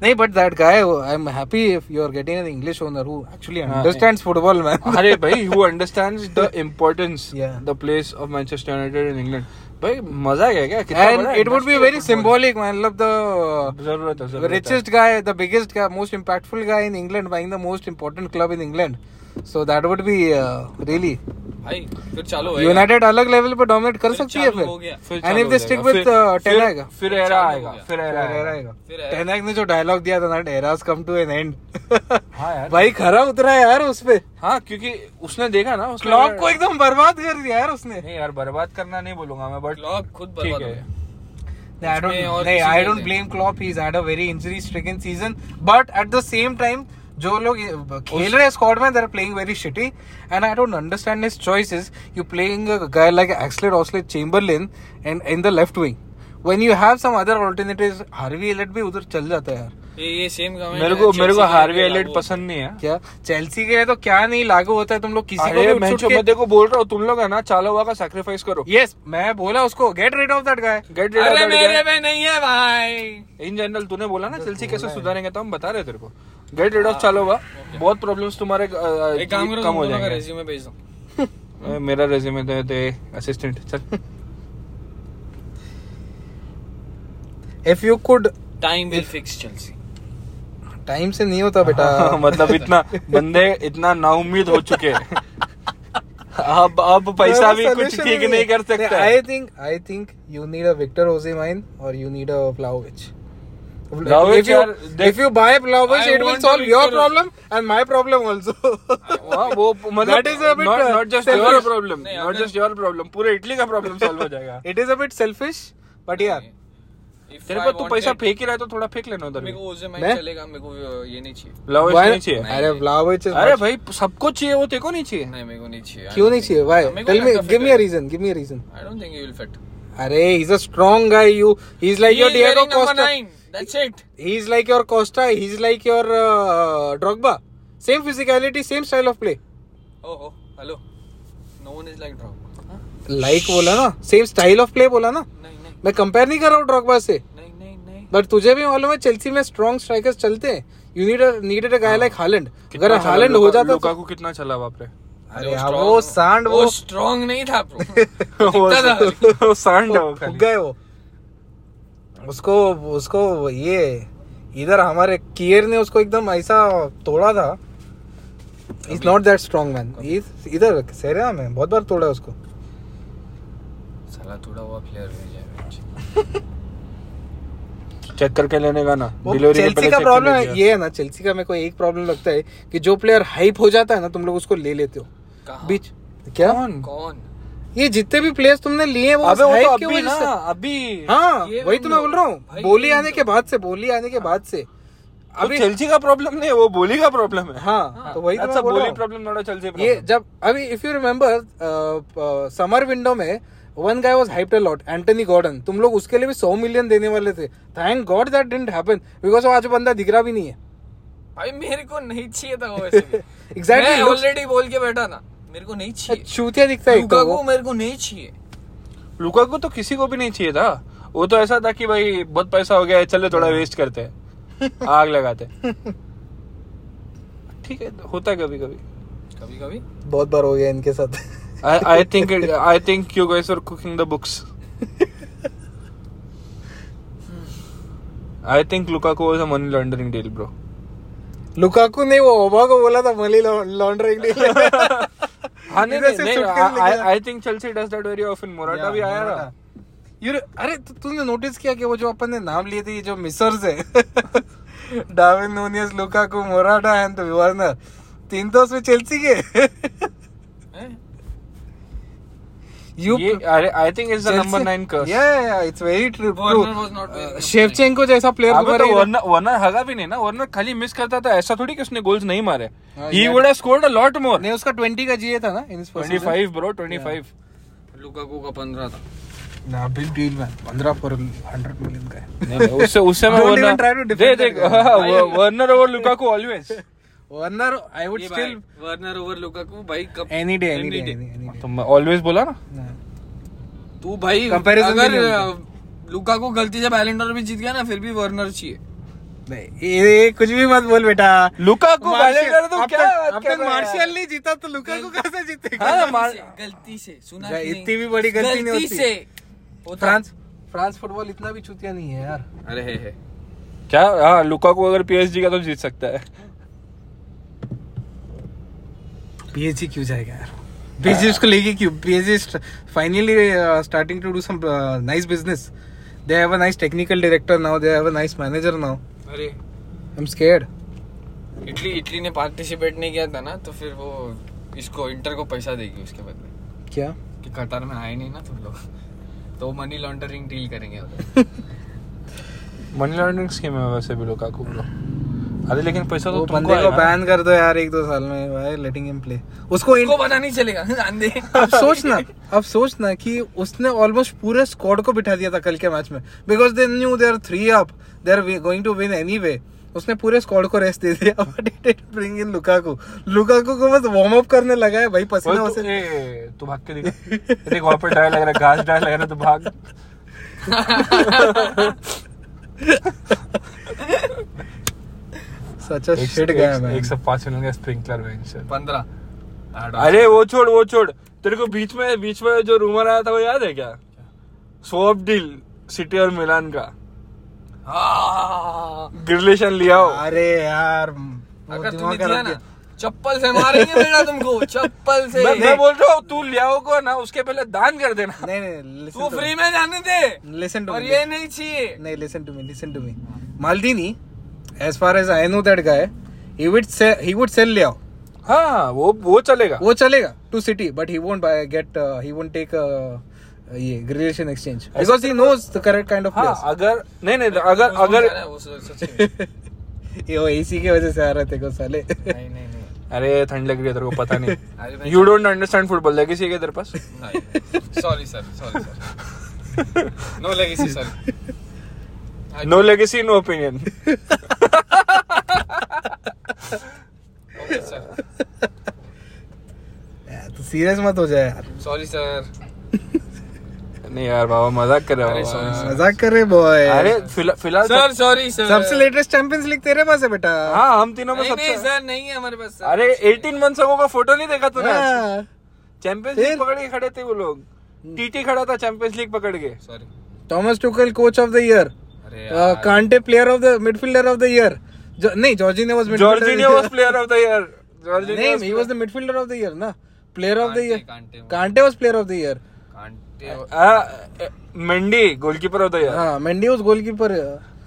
A: नहीं but that guy I am happy if you are getting an English owner who actually
B: हाँ.
A: अंडरस्टैंड्स फुटबॉल मैन
B: अरे भाई who understands the importance
A: Yeah.
B: The place of Manchester United in England भाई मजा आ गया क्या कितना
A: एंड
B: बड़ा
A: it would be
B: industry
A: very
B: है football।
A: सिंबॉलिक मतलब द
B: जरूरत है जरूरत है।
A: richest guy the biggest guy most impactful guy in england buying the most important club in england so that would be uh, really
C: भाई फिर चालू होएगा
A: united अलग लेवल पर डोमिनेट कर
C: फिर
A: सकती है
C: चालू हो गया।
A: फिर
B: फिर
A: एंड
B: चालू
A: इफ दे
B: हो
A: स्टिक
B: जाएगा।
A: विद
B: फिर- फिर-
A: टेन आएगा
B: फिर एरा
C: चालू हो
B: आएगा
C: गया।
B: फिर एरा आएगा
C: फिर
A: टेन ने जो डायलॉग दिया था ना टेरास कम टू एन एंड
B: हाँ यार
A: भाई खरा उतरा है यार उसपे
B: हाँ क्योंकि उसने देखा ना उसने
A: क्लॉप को एकदम बर्बाद कर दिया यार उसने
B: नहीं यार बर्बाद करना नहीं बोलूंगा मैं बट
C: क्लॉप खुद
B: ठीक
C: बर्बाद हो
B: है
C: गया।
A: No, I
C: उसमें
A: don't.
C: और
A: नहीं,
C: किसी
A: I
C: को
A: don't
C: नहीं।
A: blame Klopp. He's had a very injury-stricken season. But at the same time, जो लोग ये- खेल रहे हैं स्क्वाड में they're playing very shitty. And I don't understand his choices. You playing a guy like Axel Oxlade Chamberlain and in the left wing. When you have some other alternatives, Harvey Elliott भी उधर चल जाता है यार.
C: ये ये सेम कमेंट
B: मेरे को मेरे को हार्वी एलियट पसंद नहीं है
A: क्या चेल्सी के लिए तो क्या नहीं लागू होता है तुम लोग किसी
B: हाँ। अरे
A: को भी
B: मैं
A: उठ-सुट
B: मैं देखो बोल रहा हूँ तुम लोग है ना चालोवा का सैक्रिफाइस करो
A: के यस मैं बोला उसको get rid of that guy
B: get
C: अरे मेरे
B: रेड
C: में नहीं है भाई
B: इन जनरल तूने बोला ना चेल्सी कैसे सुधारेंगे तो हम बता रहे हैं तेरे को गेट रेड ऑफ चालोवा बहुत प्रॉब्लम्स तुम्हारे अ, अ,
C: हाँ, एक काम करो
B: कम हो जाएंगे
C: रेज्यूमे भेज दो
B: अ, मेरा रेज्यूमे दे दे असिस्टेंट चल
A: if you could
C: time will fix Chelsea
A: time से नहीं होता बेटा
B: हाँ, मतलब इतना बंदे इतना नाउम्मीद हो चुके हैं अब अब पैसा भी कुछ ठीक नहीं कर सकता
A: I think I think you need a Victor Osimhen और यू नीड अ प्लावोविच
B: Vlahovic
A: if you
B: are- they-
A: if you buy Vlahovic,
C: I
A: it will
C: want
A: solve
C: a
A: your
C: Victor
A: problem and my problem also.
B: हाँ, वो मतलब
A: That is a bit,
B: not,
A: uh,
B: not just
A: selfish.
B: your problem
C: नहीं,
B: not
C: अगर-
B: just your problem पूरे इटली का प्रॉब्लम सॉल्व हो जाएगा
A: it is a bit selfish, but yeah.
C: If
B: तेरे
C: I
B: पास तो पैसा
C: wanted-
B: फेंक ही रहा है तो थोड़ा फेंक लेना उधर
C: मेरे को उसे
A: मैं?
C: मैं चलेगा मेरे को अ, ये नहीं चाहिए
B: लवेज
A: Why-
B: नहीं चाहिए
A: अरे Vlahovic is.
B: अरे
A: much-
B: भाई सबको चाहिए वो तेरे को नहीं चाहिए
C: नहीं मेरे को नहीं चाहिए
A: क्यों नहीं चाहिए? Why? Tell me. Give me a reason. Give me a reason.
C: I don't think you will fit
A: अरे he's a strong guy. You he's like your Diego Costa.
C: That's it
A: He's like your Costa. He's like your uh, Drogba. Same physicality, same style of play.
C: ओहो hello no one is like drop
A: like बोला ना सेम स्टाइल ऑफ प्ले बोला ना
C: नहीं नहीं
A: मैं कंपेयर नहीं कर रहा हूँ ड्रॉगबा से
C: नहीं नहीं नहीं
A: बट तुझे भी मालूम है चेल्सी में स्ट्रॉन्ग स्ट्राइकर्स चलते हैं you need needed a guy like Haaland अगर हालैंड हो जाता तो
B: लुकाकू कितना चला बाप रे
A: अरे यार, वो सांड वो
C: वो स्ट्रांग नहीं था bro. दिखता था
B: वो सांड है वो
A: फुक
B: खाली
A: गए वो उसको उसको ये इधर हमारे कियर ने उसको एकदम ऐसा तोड़ा था is not that strong man इधर सेरिया में बहुत बार तोड़ा है उसको
C: साला थोड़ा हुआ प्लेयर भेजा है
B: चेक करके लेने का ना
A: वो
B: डिलीवरी के
A: चेल्सी
B: पहले
A: का
B: check
A: प्रॉब्लम
B: कर
A: है
B: लीजिए।
A: ये है ना चेल्सी का मेरे को एक प्रॉब्लम लगता है कि जो प्लेयर हाइप हो जाता है ना तुम लोग उसको ले लेते हो
C: कहाँ?
A: बीच क्या
B: कौन
C: कौन
A: ये जितने भी प्लेयर्स तुमने लिए हैं, वो
B: अबे वो
A: hype
B: तो
A: की
B: अभी
A: वजह
B: ना
A: से-
B: अभी
A: हाँ
C: ये
A: वही तो मैं
C: बंदो,
A: बोल रहा हूँ
C: भाई
A: बोली
C: ये
A: आने
B: तो-
A: के बाद से बोली आने
B: हाँ।
A: के बाद से
B: अभी
A: अभी
B: चेल्सी का प्रॉब्लम नहीं है वो बोली का प्रॉब्लम है
A: हाँ तो वही तो
B: अच्छा
A: मैं बोल
B: बोली
A: रहा हूँ
B: प्रॉब्लम नॉट चेल्सी
A: ये
B: प्रॉब्लम
A: जब अभी if you uh, remember summer window में one guy was hyped a lot Anthony Gordon तुम लोग उसके लिए भी 100 मिलियन देने वाले थे thank God that didn't happen because आज बंदा दिख रहा भी नहीं है
C: भाई मेरे को नहीं चाहिए था वो वैसे भी।
A: Exactly,
C: मैं
A: looks-
C: ऑलरेडी बोल के बैठा था मेरे को नहीं चाहिए
A: चूतिया दिखता है एक तो
C: लुकाकू
A: वो।
C: मेरे को नहीं चाहिए
B: लुकाकू तो किसी को भी नहीं चाहिए था वो तो ऐसा था कि भाई बहुत पैसा हो गया है चलो थोड़ा वेस्ट करते हैं आग लगाते हैं। ठीक है होता है कभी कभी
C: कभी कभी
A: बहुत बार हो गया इनके साथ
B: I, I think it, I think you guys were cooking the books. I think Lukaku was a money laundering deal, bro.
A: Lukaku ने वो ओबा को बोला था मनी लॉन्ड्रिंग
B: हाँ नहीं
A: इधर
B: नहीं
A: से
B: नहीं
A: छुटके लेके
B: I-
A: जा।
B: I- I think Chelsea does that very often. Morata भी आया था.
A: यार अरे तु- तुमने नोटिस किया कि वो जो अपन ने नाम लिए थे ये जो मिसर्स है Darwin Nunez Lukaku Morata and Werner तीन तो उसमें चेल्सी के यू
B: ये अरे I think it's the number nine curse.
A: या या it's very true
C: Warner was not very good.
A: Shevchenko Uh, जैसा प्लेयर
B: अबे तो
A: तुम्हारे
B: वार्नर वार्नर हगा भी नहीं ना वार्नर खाली मिस करता था ऐसा थोड़ी कि उसने गोल्स नहीं मारे
A: हाँ,
B: ही
A: यार।
B: Would have scored a lot more
A: नहीं उसका 20 का जीए था ना इन
B: 25 ब्रो 25
C: लुकाकू का पंद्रह था
A: ना big deal man 15 for 100 million का है
B: नहीं, नहीं, उससे उससे मैं
A: Don't even try
B: Werner
A: to
B: दे
A: defend
B: दे
A: that guy.
B: हाँ, वा- वार्नर और Lukaku always
A: Werner I would
C: ये
A: स्टिल
C: भाई तो वर्नर ओवर लुकाकू भाई कब
A: any day any day any
B: तो मैं ऑलवेज बोला ना
C: तू भाई
A: Eh, Comparison
C: अगर
A: भी नहीं
C: लुकाकू गलती से बैलेंडर भी जीत गया ना फिर भी वर्नर चाहिए
A: नहीं ये कुछ भी मत बोल बेटा
B: लुकाकू
A: मार्शियल-
B: बैलेंडर तो
A: अब
B: क्या
A: तक-
B: बात
A: अब
B: कर
A: तक
B: रहा है
A: मार्शियल नहीं जीता तो लुकाकू कैसे जीतेगा
B: हाँ, मार-
C: गलती से- गलती से सुना
A: भाई,
C: कि नहीं?
A: इतनी भी बड़ी गलती नहीं होती।
C: से होता।
A: फ्रांस फ्रांस फुटबॉल इतना भी चूतिया नहीं है यार
C: अरे है है
B: क्या हाँ लुकाकू अगर पीएसजी का तो जीत सकता है
A: पीएचजी क्यों जाएगा यार पीएचजी उसको लेके क्यों PHG finally starting to do some nice business they have a nice technical director now they have a nice manager now I
C: अरे
A: एम स्केर्ड
C: इटली इटली ने पार्टिसिपेट नहीं किया था ना तो फिर वो इसको इंटर को पैसा देगी उसके बदले
A: क्या
C: कि कतार में आए नहीं ना तुम लोग तो मनी लॉन्डरिंग डील करेंगे उधर।
B: मनी लॉन्ड्रिंग स्कीम है वैसे भी लुकाकू को अरे लेकिन पैसा
A: वो
B: तो तुमको
A: बंदे को
B: आएगा ना।
A: बैन कर दो यार एक दो साल में भाई लेटिंग हिम प्ले उसको इन-
C: उसको पता नहीं चलेगा अंधे
A: अब सोचना अब सोचना कि उसने ऑलमोस्ट पूरे स्क्वाड को बिठा दिया था कल के मैच में because they new they are three up they are going to win anyway उसने पूरे स्क्वाड को रेस्ट दे दिया but it did bring in Lukaku Lukaku को बस वार्म अप करने लगा है भाई
B: ओए,
A: पसीना
B: तू-
A: उसे
B: ए, तू भाग के दिख देख वहां पर ड्राई लग रहा है घास ड्राई लग रहा है तो भाग
A: सच अ
B: एक
A: शिट गया
B: एक-
A: मैन
B: एक सौ पांच मिनट का स्प्रिंकलर वेंचर
C: पंद्रह
B: अरे वो छोड़ वो छोड़ तेरे को बीच में बीच में जो रूमर आया था वो याद है क्या स्वॉप डील सिटी और मिलान का
C: हाँ।
B: ग्रिलेशन लिया हो
A: Oh. अरे यार वो
C: अगर
A: दिमाग
C: तूने
A: खराब
C: दिया ना
A: किया।
C: चप्पल से मारेंगे बेटा तुमको चप्पल से
B: मैं, मैं बोल रहा हूँ तू लियाओ को ना उसके पहले दान कर देना
A: नहीं नहीं
C: तू फ्री
A: लिसन
C: में जाने दे
A: लिसन टू
C: और
A: मी
C: ये नहीं चाहिए
A: नहीं listen to me listen to me maldini as far as i know that guy he would sell he would sell liao
B: हाँ वो वो चलेगा
A: वो चलेगा to City but he won't buy get he won't take uh, ये relation exchange because he knows the correct kind of
B: तो- हाँ अगर नहीं नहीं अगर
C: उसको
B: अगर
C: जाना है, वो सच- सच में।
A: प्लेयर्स ये वो एसी के वजह से आ रहे थे को साले
C: नहीं नहीं नहीं
B: अरे ठंड लग रही है तेरे को पता नहीं
C: अरे भाई
B: you don't understand football legacy है क्या तेरे पास
C: नहीं sorry sir sorry sir no legacy sir अच्छा।
B: No legacy no opinion
C: okay sir
A: यार, तू सीरियस मत हो जाए यार
C: सॉरी सर
B: नहीं यार बाबा मजाक कर रहा
C: अरे, sorry,
B: हूँ
C: sorry.
A: मजाक कर रहे बॉय
B: हाँ। अरे फिलहाल फिलहाल
C: सर सॉरी सर
A: सबसे लेटेस्ट चैंपियंस लीग तेरे पास है बेटा
B: हाँ हम तीनों में
C: नहीं नहीं
B: सबसे
C: सर नहीं है हमारे पास सर
B: अरे 18 मंथ अगो का फोटो नहीं देखा तूने
A: हाँ।
B: चैंपियंस
A: फिर? हम्म।
B: लीग पकड़ के खड़े थे वो लोग टीटी खड़ा था चैंपियंस लीग पकड़ के
C: sorry
A: Thomas Tuchel coach of the year Uh,
C: अरे यार।
A: Kante player of the midfielder of the year नहीं Jorginho was
B: Jorginho was player of the year
A: नहीं he
B: Jorginho
A: was the midfielder of the year ना player of the
C: Kante,
A: year
C: Kante was-
A: Kante was player of the year
C: Kante
B: Mendy goalkeeper of the year
A: हाँ मेंडी वाज गोलकीपर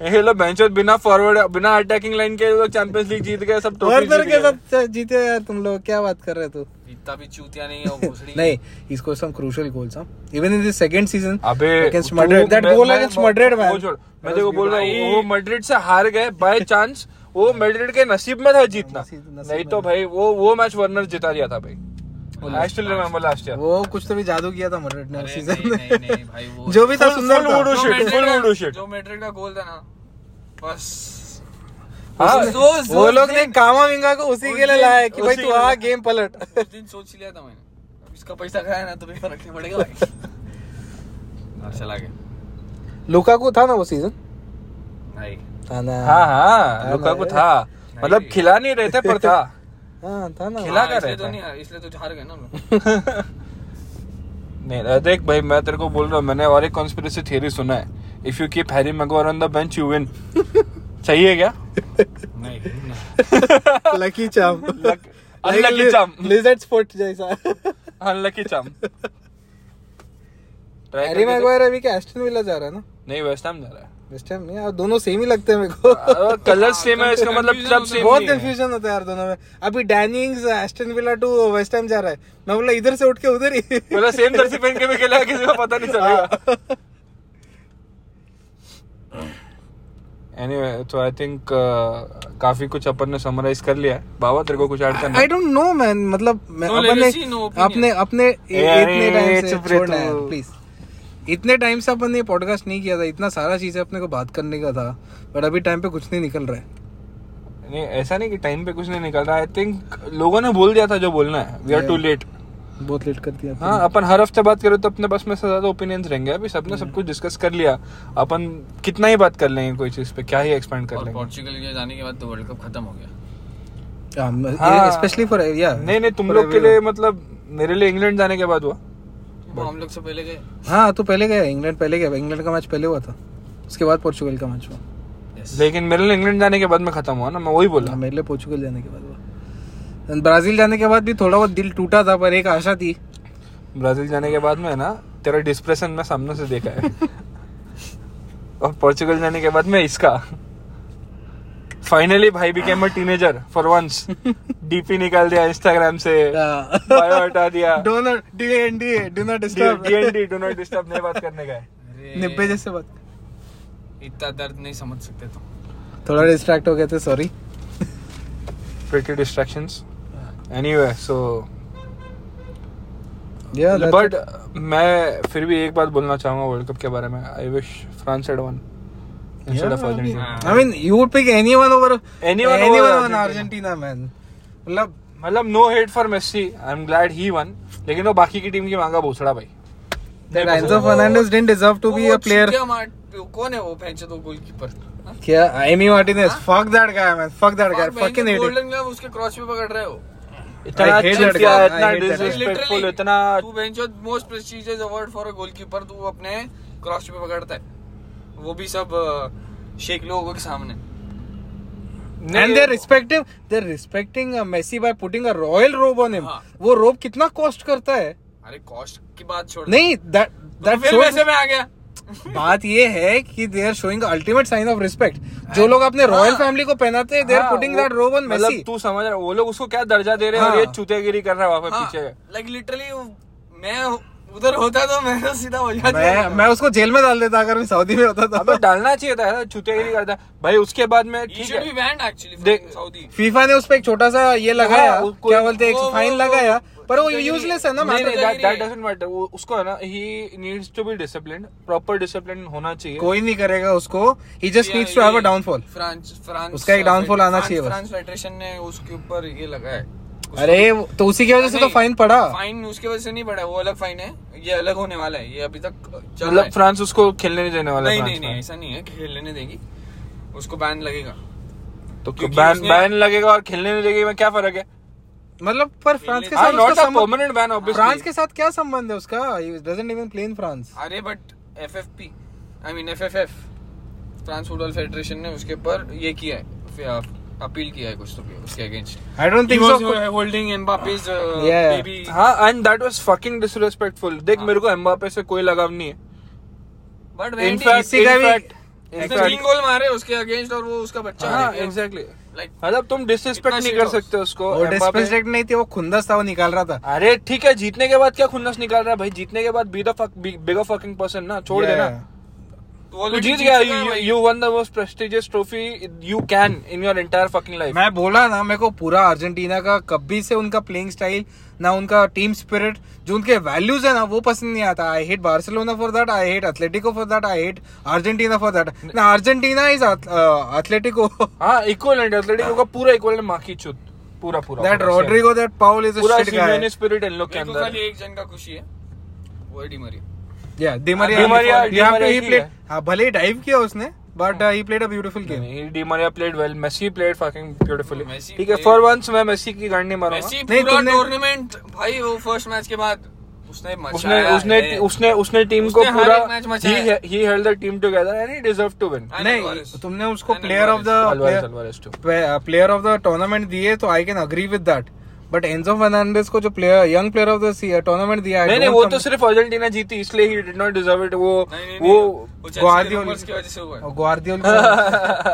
B: ये लोग बेंच बिना फॉरवर्ड बिना अटैकिंग लाइन के लोग चैंपियंस लीग जीत गए सब टोपी
A: वर्धर
B: जीत
A: के
B: गए
A: साथ जीते यार तुम लोग क्या बात कर रहे हो तू
C: इतना भी चूतिया नहीं है वो घुसड़ी
A: नहीं he score some crucial goals हम even in this second season
B: अबे
A: अगेंस्ट
B: तू-
A: मैड्रिड दैट
B: मैं-
A: गोल
B: मैं-
A: अगेंस्ट मैड्रिड
B: वो
A: मैन
B: छोड़, मैं देखो बोल रहा हूँ वो मैड्रिड से हार गए बाय चांस वो मैड्रिड के नसीब में था जीतना
A: नसीब- नसीब
B: नहीं
A: में
B: तो भाई वो वो मैच वर्नर जिता दिया था भाई I still remember last year
A: वो कुछ तो भी जादू किया था मैड्रिड ने
C: अरे
A: सीजन
C: नहीं, नहीं, नहीं, भाई, वो-
A: में जो भी था
B: Full-
A: सुंदर
B: full
A: था।
B: voodoo
C: जो
B: shit,
C: मैड्रिड
B: full
C: का-
B: voodoo shit.
C: जो मैड्रिड का गोल था ना बस
B: हाँ,
C: उस- उस-
A: वो
C: तो- उस
A: लोग ने
C: दिन-
A: कामा विंगा को उसी
C: उस
A: के लिए
C: दिन-
A: लाया कि भाई
B: उसी
A: तू
B: के
A: आ
B: लिए-
A: गेम पलट
C: उस दिन सोच ही लिया था मैंने अब इसका पैसा खाया ना तो भी फर्क नहीं पड़ेगा भाई हाँ, चला गया
A: लुकाकू था ना वो सीजन
C: नहीं
A: था ना
B: हाँ हाँ लुकाकू था मतलब खिला नहीं रहे थे पर था
A: हाँ था ना
B: खिला
C: हाँ,
B: कर
C: इसलिए
B: रहे
C: तो
B: थे।
C: नहीं इसलिए तो हार गए ना हम लोग
B: नहीं अरे देख भाई मैं तेरे को बोल रहा हूँ मैंने और एक कॉन्स्पिरेसी थियरी सुना है if you keep Harry Maguire on the bench you win सही है क्या
C: नहीं
A: लकी चाम
B: Luck- unlucky charm.
A: Lizard's foot जैसा
B: अनलकी चाम
A: हैरी मैगवायर
B: तो-
A: अभी क्या एस्टन विला जा रहा है ना
B: नहीं वेस्ट जा रहा है हाँ, तो
A: वेस्ट हैम नहीं यार दोनों सेम ही लगते हैं मेरे को
B: कलर सेम है इसका मतलब
C: Confusion
B: सब सेम
C: होता है।
A: तो बहुत
B: ही है
A: कंफ्यूजन होता है यार दोनों में अभी Danny Ings Aston Villa to West Ham जा रहा है मैं बोला इधर से उठ के उधर ही
B: मतलब सेम जर्सी पहन के भी खेला है, किसी को पता नहीं चलेगा एनीवे तो आई थिंक काफी कुछ अपन ने समराइज कर लिया है। बाबा तेरे को कुछ ऐड करना
A: आई डोंट नो मैन मतलब मैं-
C: No
A: अपन ने-
C: legacy, no opinion.
A: अपने अपने इ-
B: अरे,
A: इतने टाइम से
B: चुप रहे
A: छोड़ना
B: तू।
A: है प्लीज इतने टाइम से अपन ने पॉडकास्ट नहीं किया था इतना सारा चीजें अपने को बात करने का था बट अभी टाइम पे कुछ नहीं निकल रहा है
B: नहीं ऐसा नहीं कि टाइम पे कुछ नहीं निकल रहा आई थिंक लोगों ने बोल दिया था जो बोलना है we are
A: Yeah.
B: Too late
A: बहुत लेट कर दिया अपन
B: हाँ
A: ने।
B: अपन हर हफ्ते बात करें तो अपने पास में से ज्यादा ओपिनियंस रहेंगे अभी सबने सब कुछ डिस्कस कर लिया अपन कितना ही बात कर लेंगे कोई चीज पे क्या ही एक्सपेंड कर
C: और
B: लेंगे
C: पोर्चुगल के जाने के बाद तो वर्ल्ड कप खत्म हो गया
B: हाँ।
A: हाँ स्पेशली फॉर या
B: नहीं नहीं तुम लोग के लिए मतलब मेरे लिए इंग्लैंड जाने के बाद हुआ
C: वो हम लोग से पहले गए
A: हाँ तो पहले गया इंग्लैंड पहले गया इंग्लैंड का मैच पहले हुआ था उसके बाद पोर्चुगल का मैच हुआ
C: Yes.
B: लेकिन मेरे लिए इंग्लैंड जाने के बाद मैं खत्म हुआ ना मैं वही बोला
A: हाँ, मेरे लिए पोर्चुगल जाने के बाद हुआ And ब्राजील जाने के बाद भी थोड़ा बहुत दिल टूटा था पर एक आशा थी
B: ब्राजील जाने के बाद मैं ना तेरा डिस्प्रेशन मैं सामने से देखा है और पोर्चुगल जाने के बाद मैं इसका फाइनली भाई became a teenager for once DP निकाल दिया इंस्टाग्राम से
A: हाँ।
B: बायो हटा दिया
A: डोनर DND do not disturb
B: DND do not disturb नहीं बात करने का है
C: अरे,
A: निब्बे जैसे बात
C: इतना दर्द नहीं समझ सकते तुम
A: थोड़ा डिस्ट्रैक्ट हो गए थे sorry
B: pretty distractions anyway so
A: yeah
B: but मैं फिर भी एक बात बोलना चाहूंगा वर्ल्ड कप के बारे में I wish France had won instead of Argentina
A: I mean you would pick anyone over
B: Anyone over
A: anyone
B: Argentina.
A: Argentina man मतलब
B: मतलब no hate for Messi I am glad he won लेकिन वो बाकी की टीम की मांगा भोसड़ा भाई
A: that Enzo Fernandez didn't deserve to be a player
C: क्या मार कौन है वो पहचे तो गोलकीपर
A: क्या एमी मार्टिनेज
B: हाँ?
A: Fuck that guy man fuck that guy fucking hate
C: golden glove उसके क्रॉस पे पकड़ रहे हो
B: इतना
A: I hate that
B: चिटिया
A: guy.
B: इतना
A: I hate that guy.
B: Disrespectful
C: Literally,
B: इतना
C: तू bench most prestigious award for a goalkeeper तू अपने क्रॉस पे पकड़ता है वो भी सब अ, शेख लोगों के सामने
B: नहीं,
A: and they're respective they're respecting uh, Messi by putting a royal robe on him
C: हाँ।
A: वो robe कितना cost करता है
C: अरे कॉस्ट की बात छोड़
A: नहीं that
C: तो
A: that
C: फिर
A: shows
C: वैसे में आ गया
A: बात ये है कि they are showing ultimate sign of respect जो लोग अपने रॉयल फैमिली को पहनाते हैं दे आर
B: हाँ,
A: पुटिंग
B: वो-
A: दैट रोब ऑन
B: मतलब
A: मेसी
B: तू समझ रहा है, वो लोग उसको क्या दर्जा दे रहे हैं और ये
A: हाँ।
B: चूतेगिरी कर रहा है वहां पे पीछे
C: लाइक लिटरली हाँ, मैं उधर होता तो मैं तो सीधा हो
B: हाँ
C: जाता
A: मैं मैं उसको जेल में डाल देता अगर मैं सऊदी में होता तो।
B: अबे
A: था
B: डालना चाहिए था यार, चूतेगिरी करता है। भाई उसके बाद में
C: ही
B: ठीक
C: शुड बी
B: है
C: बैंड एक्चुअली
B: देख-
C: सऊदी
A: फीफा ने उस पर एक छोटा सा ये लगाया
B: हाँ, वो-
A: क्या बोलते हैं
C: वो-
A: एक
C: वो-
A: फाइन
C: वो-
A: लगाया पर वो
C: वो-
A: यूजलेस है ना
B: नहीं
A: मानो।
B: नहीं that- that
C: नहीं।
B: doesn't matter. वो- उसको है ना ही needs to be discipline proper discipline होना चाहिए
A: कोई नहीं करेगा उसको ही just needs to have a downfall
C: France France
A: उसका एक downfall आना चाहिए बस।
C: फ्रांस फेडरेशन ने उसके ऊपर ये लगाया है।
A: अरे वो- तो उसी की वजह से तो
C: नहीं,
A: फाइन पड़ा
C: फाइन उसके वजह से नहीं पड़ा वो अलग फाइन है ये अलग होने वाला है ये अभी तक चल रहा
B: मतलब
C: है।
B: फ्रांस उसको खेलने नहीं देने वाला है
C: नहीं
B: फ्रांस
C: नहीं नहीं
B: में।
C: ऐसा नहीं है खेलने नहीं देगी उसको बैन लगेगा
B: तो
C: क्योंकि
B: बैन
C: उसने-
B: बैन लगेगा और खेलने नहीं देगी में क्या फर्क है
A: मतलब पर फ्रांस के
B: हाँ,
A: साथ
B: not
A: उसका
B: a
A: संबंध-
B: permanent ban, obviously.
A: फ्रांस के साथ क्या संबंध है उसका doesn't even play in France
C: अरे but FFP I mean FFF France football federation ने उसके ऊपर ये किया है अपील किया है कुछ तो किया, उसके against
A: I don't think so
C: holding Mbappe's
A: Yeah.
C: Baby
B: हाँ and that was fucking disrespectful देख
A: हाँ।
B: मेरे को एम्बापे से कोई लगाव नहीं है
C: बट
B: इनफैक्ट
A: इसी का भी-
B: इनफैक्ट
C: उसने तीन गोल मारे उसके अगेंस्ट और वो उसका बच्चा
B: हाँ एग्जैक्टली
C: लाइक
B: मतलब तुम डिसरिस्पेक्ट नहीं
C: इतना shit
B: कर
C: house.
B: सकते उसको
A: वो
B: Mbappe-
A: डिस्पेसिफिक नहीं थी वो खुंदस था वो निकाल रहा था
B: अरे ठीक है जीतने के बाद क्या खुन्नस निकाल रहा है भाई जीतने के बाद be the fuck bigger fucking person ना छोड़
A: Yeah.
B: देना तू जीत गया you won the most prestigious trophy you can in your entire fucking life
A: मैं बोला ना मेरे को पूरा अर्जेंटीना का कभी से उनका प्लेइंग स्टाइल ना उनका टीम स्पिरिट जो उनके वैल्यूज है ना वो पसंद नहीं आता I hate Barcelona for that I hate Atletico for that I hate Argentina for that ना अर्जेंटीना इज uh, एथलेटिको
B: हाँ इक्वलेंट एथलेटिको का पूरा इक्वलेंट माखी चुत पूरा पूरा
A: दैट
B: पूरा,
A: रोड्रिगो दैट पाउल इज
B: पूरा
A: a shit guy
B: Simeone spirit in लोग के
C: मेरे को
B: अंदर
C: खाली
B: है।
C: एक जन का खुशी है वो है डी मरिया
A: या डिमरिया
B: हाँ, डिमरिया-
A: यहाँ पे
B: डिमरिया
A: ही
B: की
A: प्लेड
B: है।
A: हाँ भले ही डाइव किया उसने uh, but he played a beautiful game
B: नहीं, Di Maria played well Messi played fucking beautifully
C: Messi
B: ठीक है
C: played-
B: फॉर वंस मैं मेसी की गांड नहीं मारूंगा
C: मेसी
A: नहीं,
C: पूरा
A: तुमने-
C: टूर्नामेंट भाई वो फर्स्ट मैच के बाद उसने
B: उसने
C: मचाया
B: उसने
C: है।
B: उसने उसने टीम को
C: उसने हर एक match
B: पूरा
C: मचाया है।
B: He held the team together and he deserve to win
C: I know Alvarez.
A: नहीं तुमने उसको
C: I know
A: player of
B: Alvarez
A: the
B: Alvarez to
A: player of the tournament दिए तो I can agree with that but Enzo Fernandez को जो player young player of the tournament uh, दिया I
B: नहीं नहीं
A: don't
B: वो
A: some-
B: तो सिर्फ अर्जेंटीना जीती इसलिए he did not deserve it वो
C: नहीं, नहीं,
B: वो
C: नहीं, वो Chelsea
A: Guardiola-
C: के numbers की वजह से हुआ है।
A: और ग्वार्डियोल को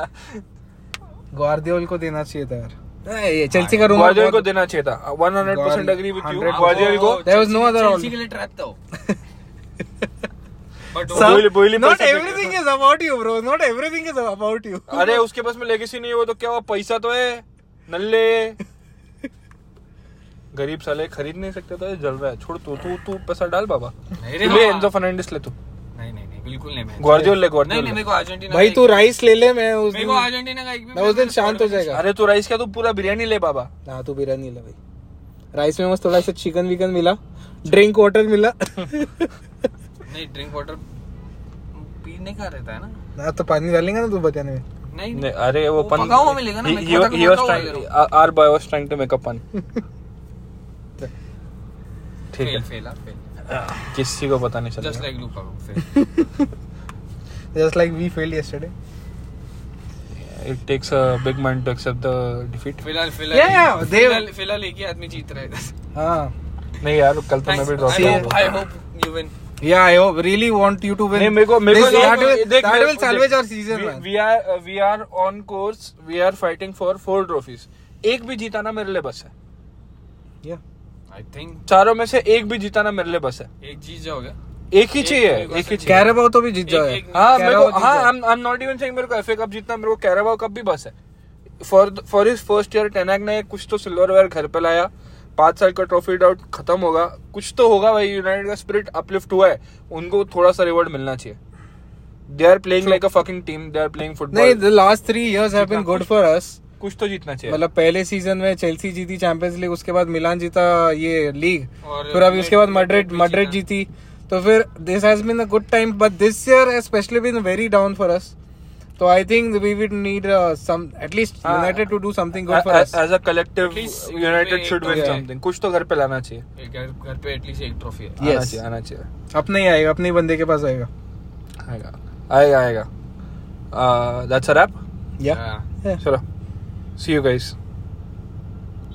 A: ग्वार्डियोल को देना चाहिए था यार ए, ये चेल्सी का रूमर
B: ग्वार्डियोल को देना चाहिए
C: हाँ,
B: था 100%
A: Guardiola-
B: agree with you
A: 100%
B: Guardiola को
A: There was no other
C: Chelsea
A: all-
C: के लिए ट्रैप था वो बट
B: Sir,
C: वो
B: बोली- बोली
A: नॉट
B: पैसा दे-
A: everything is about you bro not everything is about you
C: हाँ,
B: अरे उसके पास में लेगेसी नहीं है वो तो क्या हुआ पैसा तो है नल्ले गरीब साले खरीद नहीं सकते तो ये जल रहा है छोड़ तू तू तू पैसा डाल बाबा
C: नहीं रे हाँ।
B: तू ले
C: बाबा।
B: एंजो फर्नांडिस ले तू
C: नहीं नहीं नहीं बिल्कुल नहीं मैं
B: ग्वार्डियोल ले
C: नहीं
B: ग्वार्डियोल
C: नहीं मेरे
B: ले।
C: को अर्जेंटीना
A: भाई
C: का
A: तू
C: एक-
A: राइस ले ले मैं उस
C: मेरे
A: दिन
C: को अर्जेंटीना का एक भी
A: मैं उस दिन शांत हो जाएगा
B: अरे तू राइस का तू पूरा बिरयानी ले बाबा
A: हाँ तू बिरयानी ले भाई राइस में मस्त थोड़ा सा चिकन विकन मिला ड्रिंक वाटर मिला
C: नहीं ड्रिंक वाटर पीने का रहता है ना
A: ना तो पानी डालेंगे ना तू बचाने में
C: नहीं
B: नहीं, अरे वो
C: वो
B: पन
C: पका हुआ मिलेगा ना,
B: he-
C: मैं
B: he-
C: खाता
B: he was
C: खाता हुआ
B: trying-
C: ले रहा
B: our boy was trying to make a pun. ठीक
C: फेल
B: है
C: फेल हाँ, फेल
B: किसी को पता नहीं
C: जस्ट
B: चला
C: like Luka fail
A: just like we failed yesterday
B: it takes a big man to accept the defeat
C: फिलहाल
A: Yeah, yeah,
C: फिलहाल
A: they-
C: फिलहाल फिलहाल एक ही आदमी जीत रहा है
A: हाँ
B: नहीं यार कल तो मैं भी ड्रॉप
A: See,
B: कर
A: I-
B: दूंगा।
C: आई होप यू विन
A: या I really want you to
B: नहीं
A: विन
B: मेरे को मेरे को
A: This- that will-
B: देख,
A: that
B: मेरे
A: will
B: को-
A: salvage
B: देख,
A: our season,
B: we-
A: man.
B: we are uh, we are on course we are fighting for four trophies एक भी जीताना मेरे लिए बस है
A: या
C: आई थिंक
B: चारों में से एक भी जीताना मेरे लिए बस है
C: एक जीत जाओगे
B: एक ही
C: एक
B: चाहिए
C: मेरे को
B: एक ही
C: ऐसा
B: चाहिए
A: कैरेबाओ तो भी जीत
C: एक-
A: जाओ
C: एक-
B: हाँ मेरे
A: कैराबाओ
B: को
A: जीत
B: हाँ
A: जाए।
B: I am not even saying मेरे को एफए कप जीतना मेरे को कैराबाओ कप भी बस है for for his first year Ten Hag ने कुछ तो सिल्वरवेयर घर पे लाया पाँच साल का ट्रॉफी डाउट खत्म होगा कुछ तो होगा भाई यूनाइटेड का स्पिरिट अपलिफ्ट हुआ है उनको थोड़ा सा रिवॉर्ड मिलना चाहिए they are playing like a fucking team they are playing
A: नहीं
B: football
A: the last three years have been good for us
B: कुछ तो जीतना चाहिए
A: मतलब पहले सीजन में चेल्सी जीती चैंपियंस लीग उसके बाद मिलान जीता ये लीग
C: और
A: फिर अभी उसके बाद मड्रिड
C: भी
A: मड्रिड
C: जीता।
A: जीती तो फिर this has been a good time but this year specially been very down for us तो I think we will need some at least
B: हाँ।
A: United to do something good for us
B: as a collective
C: At least
B: United
C: एक
B: शुड
C: तो
B: विन
A: है।
B: समथिंग कुछ तो घर पे लाना चाहिए
C: एक घर घर पे एटलीस्ट एक ट्रॉफी है
B: आना
A: Yes.
B: चाहिए आना चाहिए
A: अपने ही आएगा अपने ही बंदे के पास आएगा
B: आएगा Uh, आएगा आएगा दैट्स अ रैप
A: या
C: हाँ।
B: चलो सी यू गाइस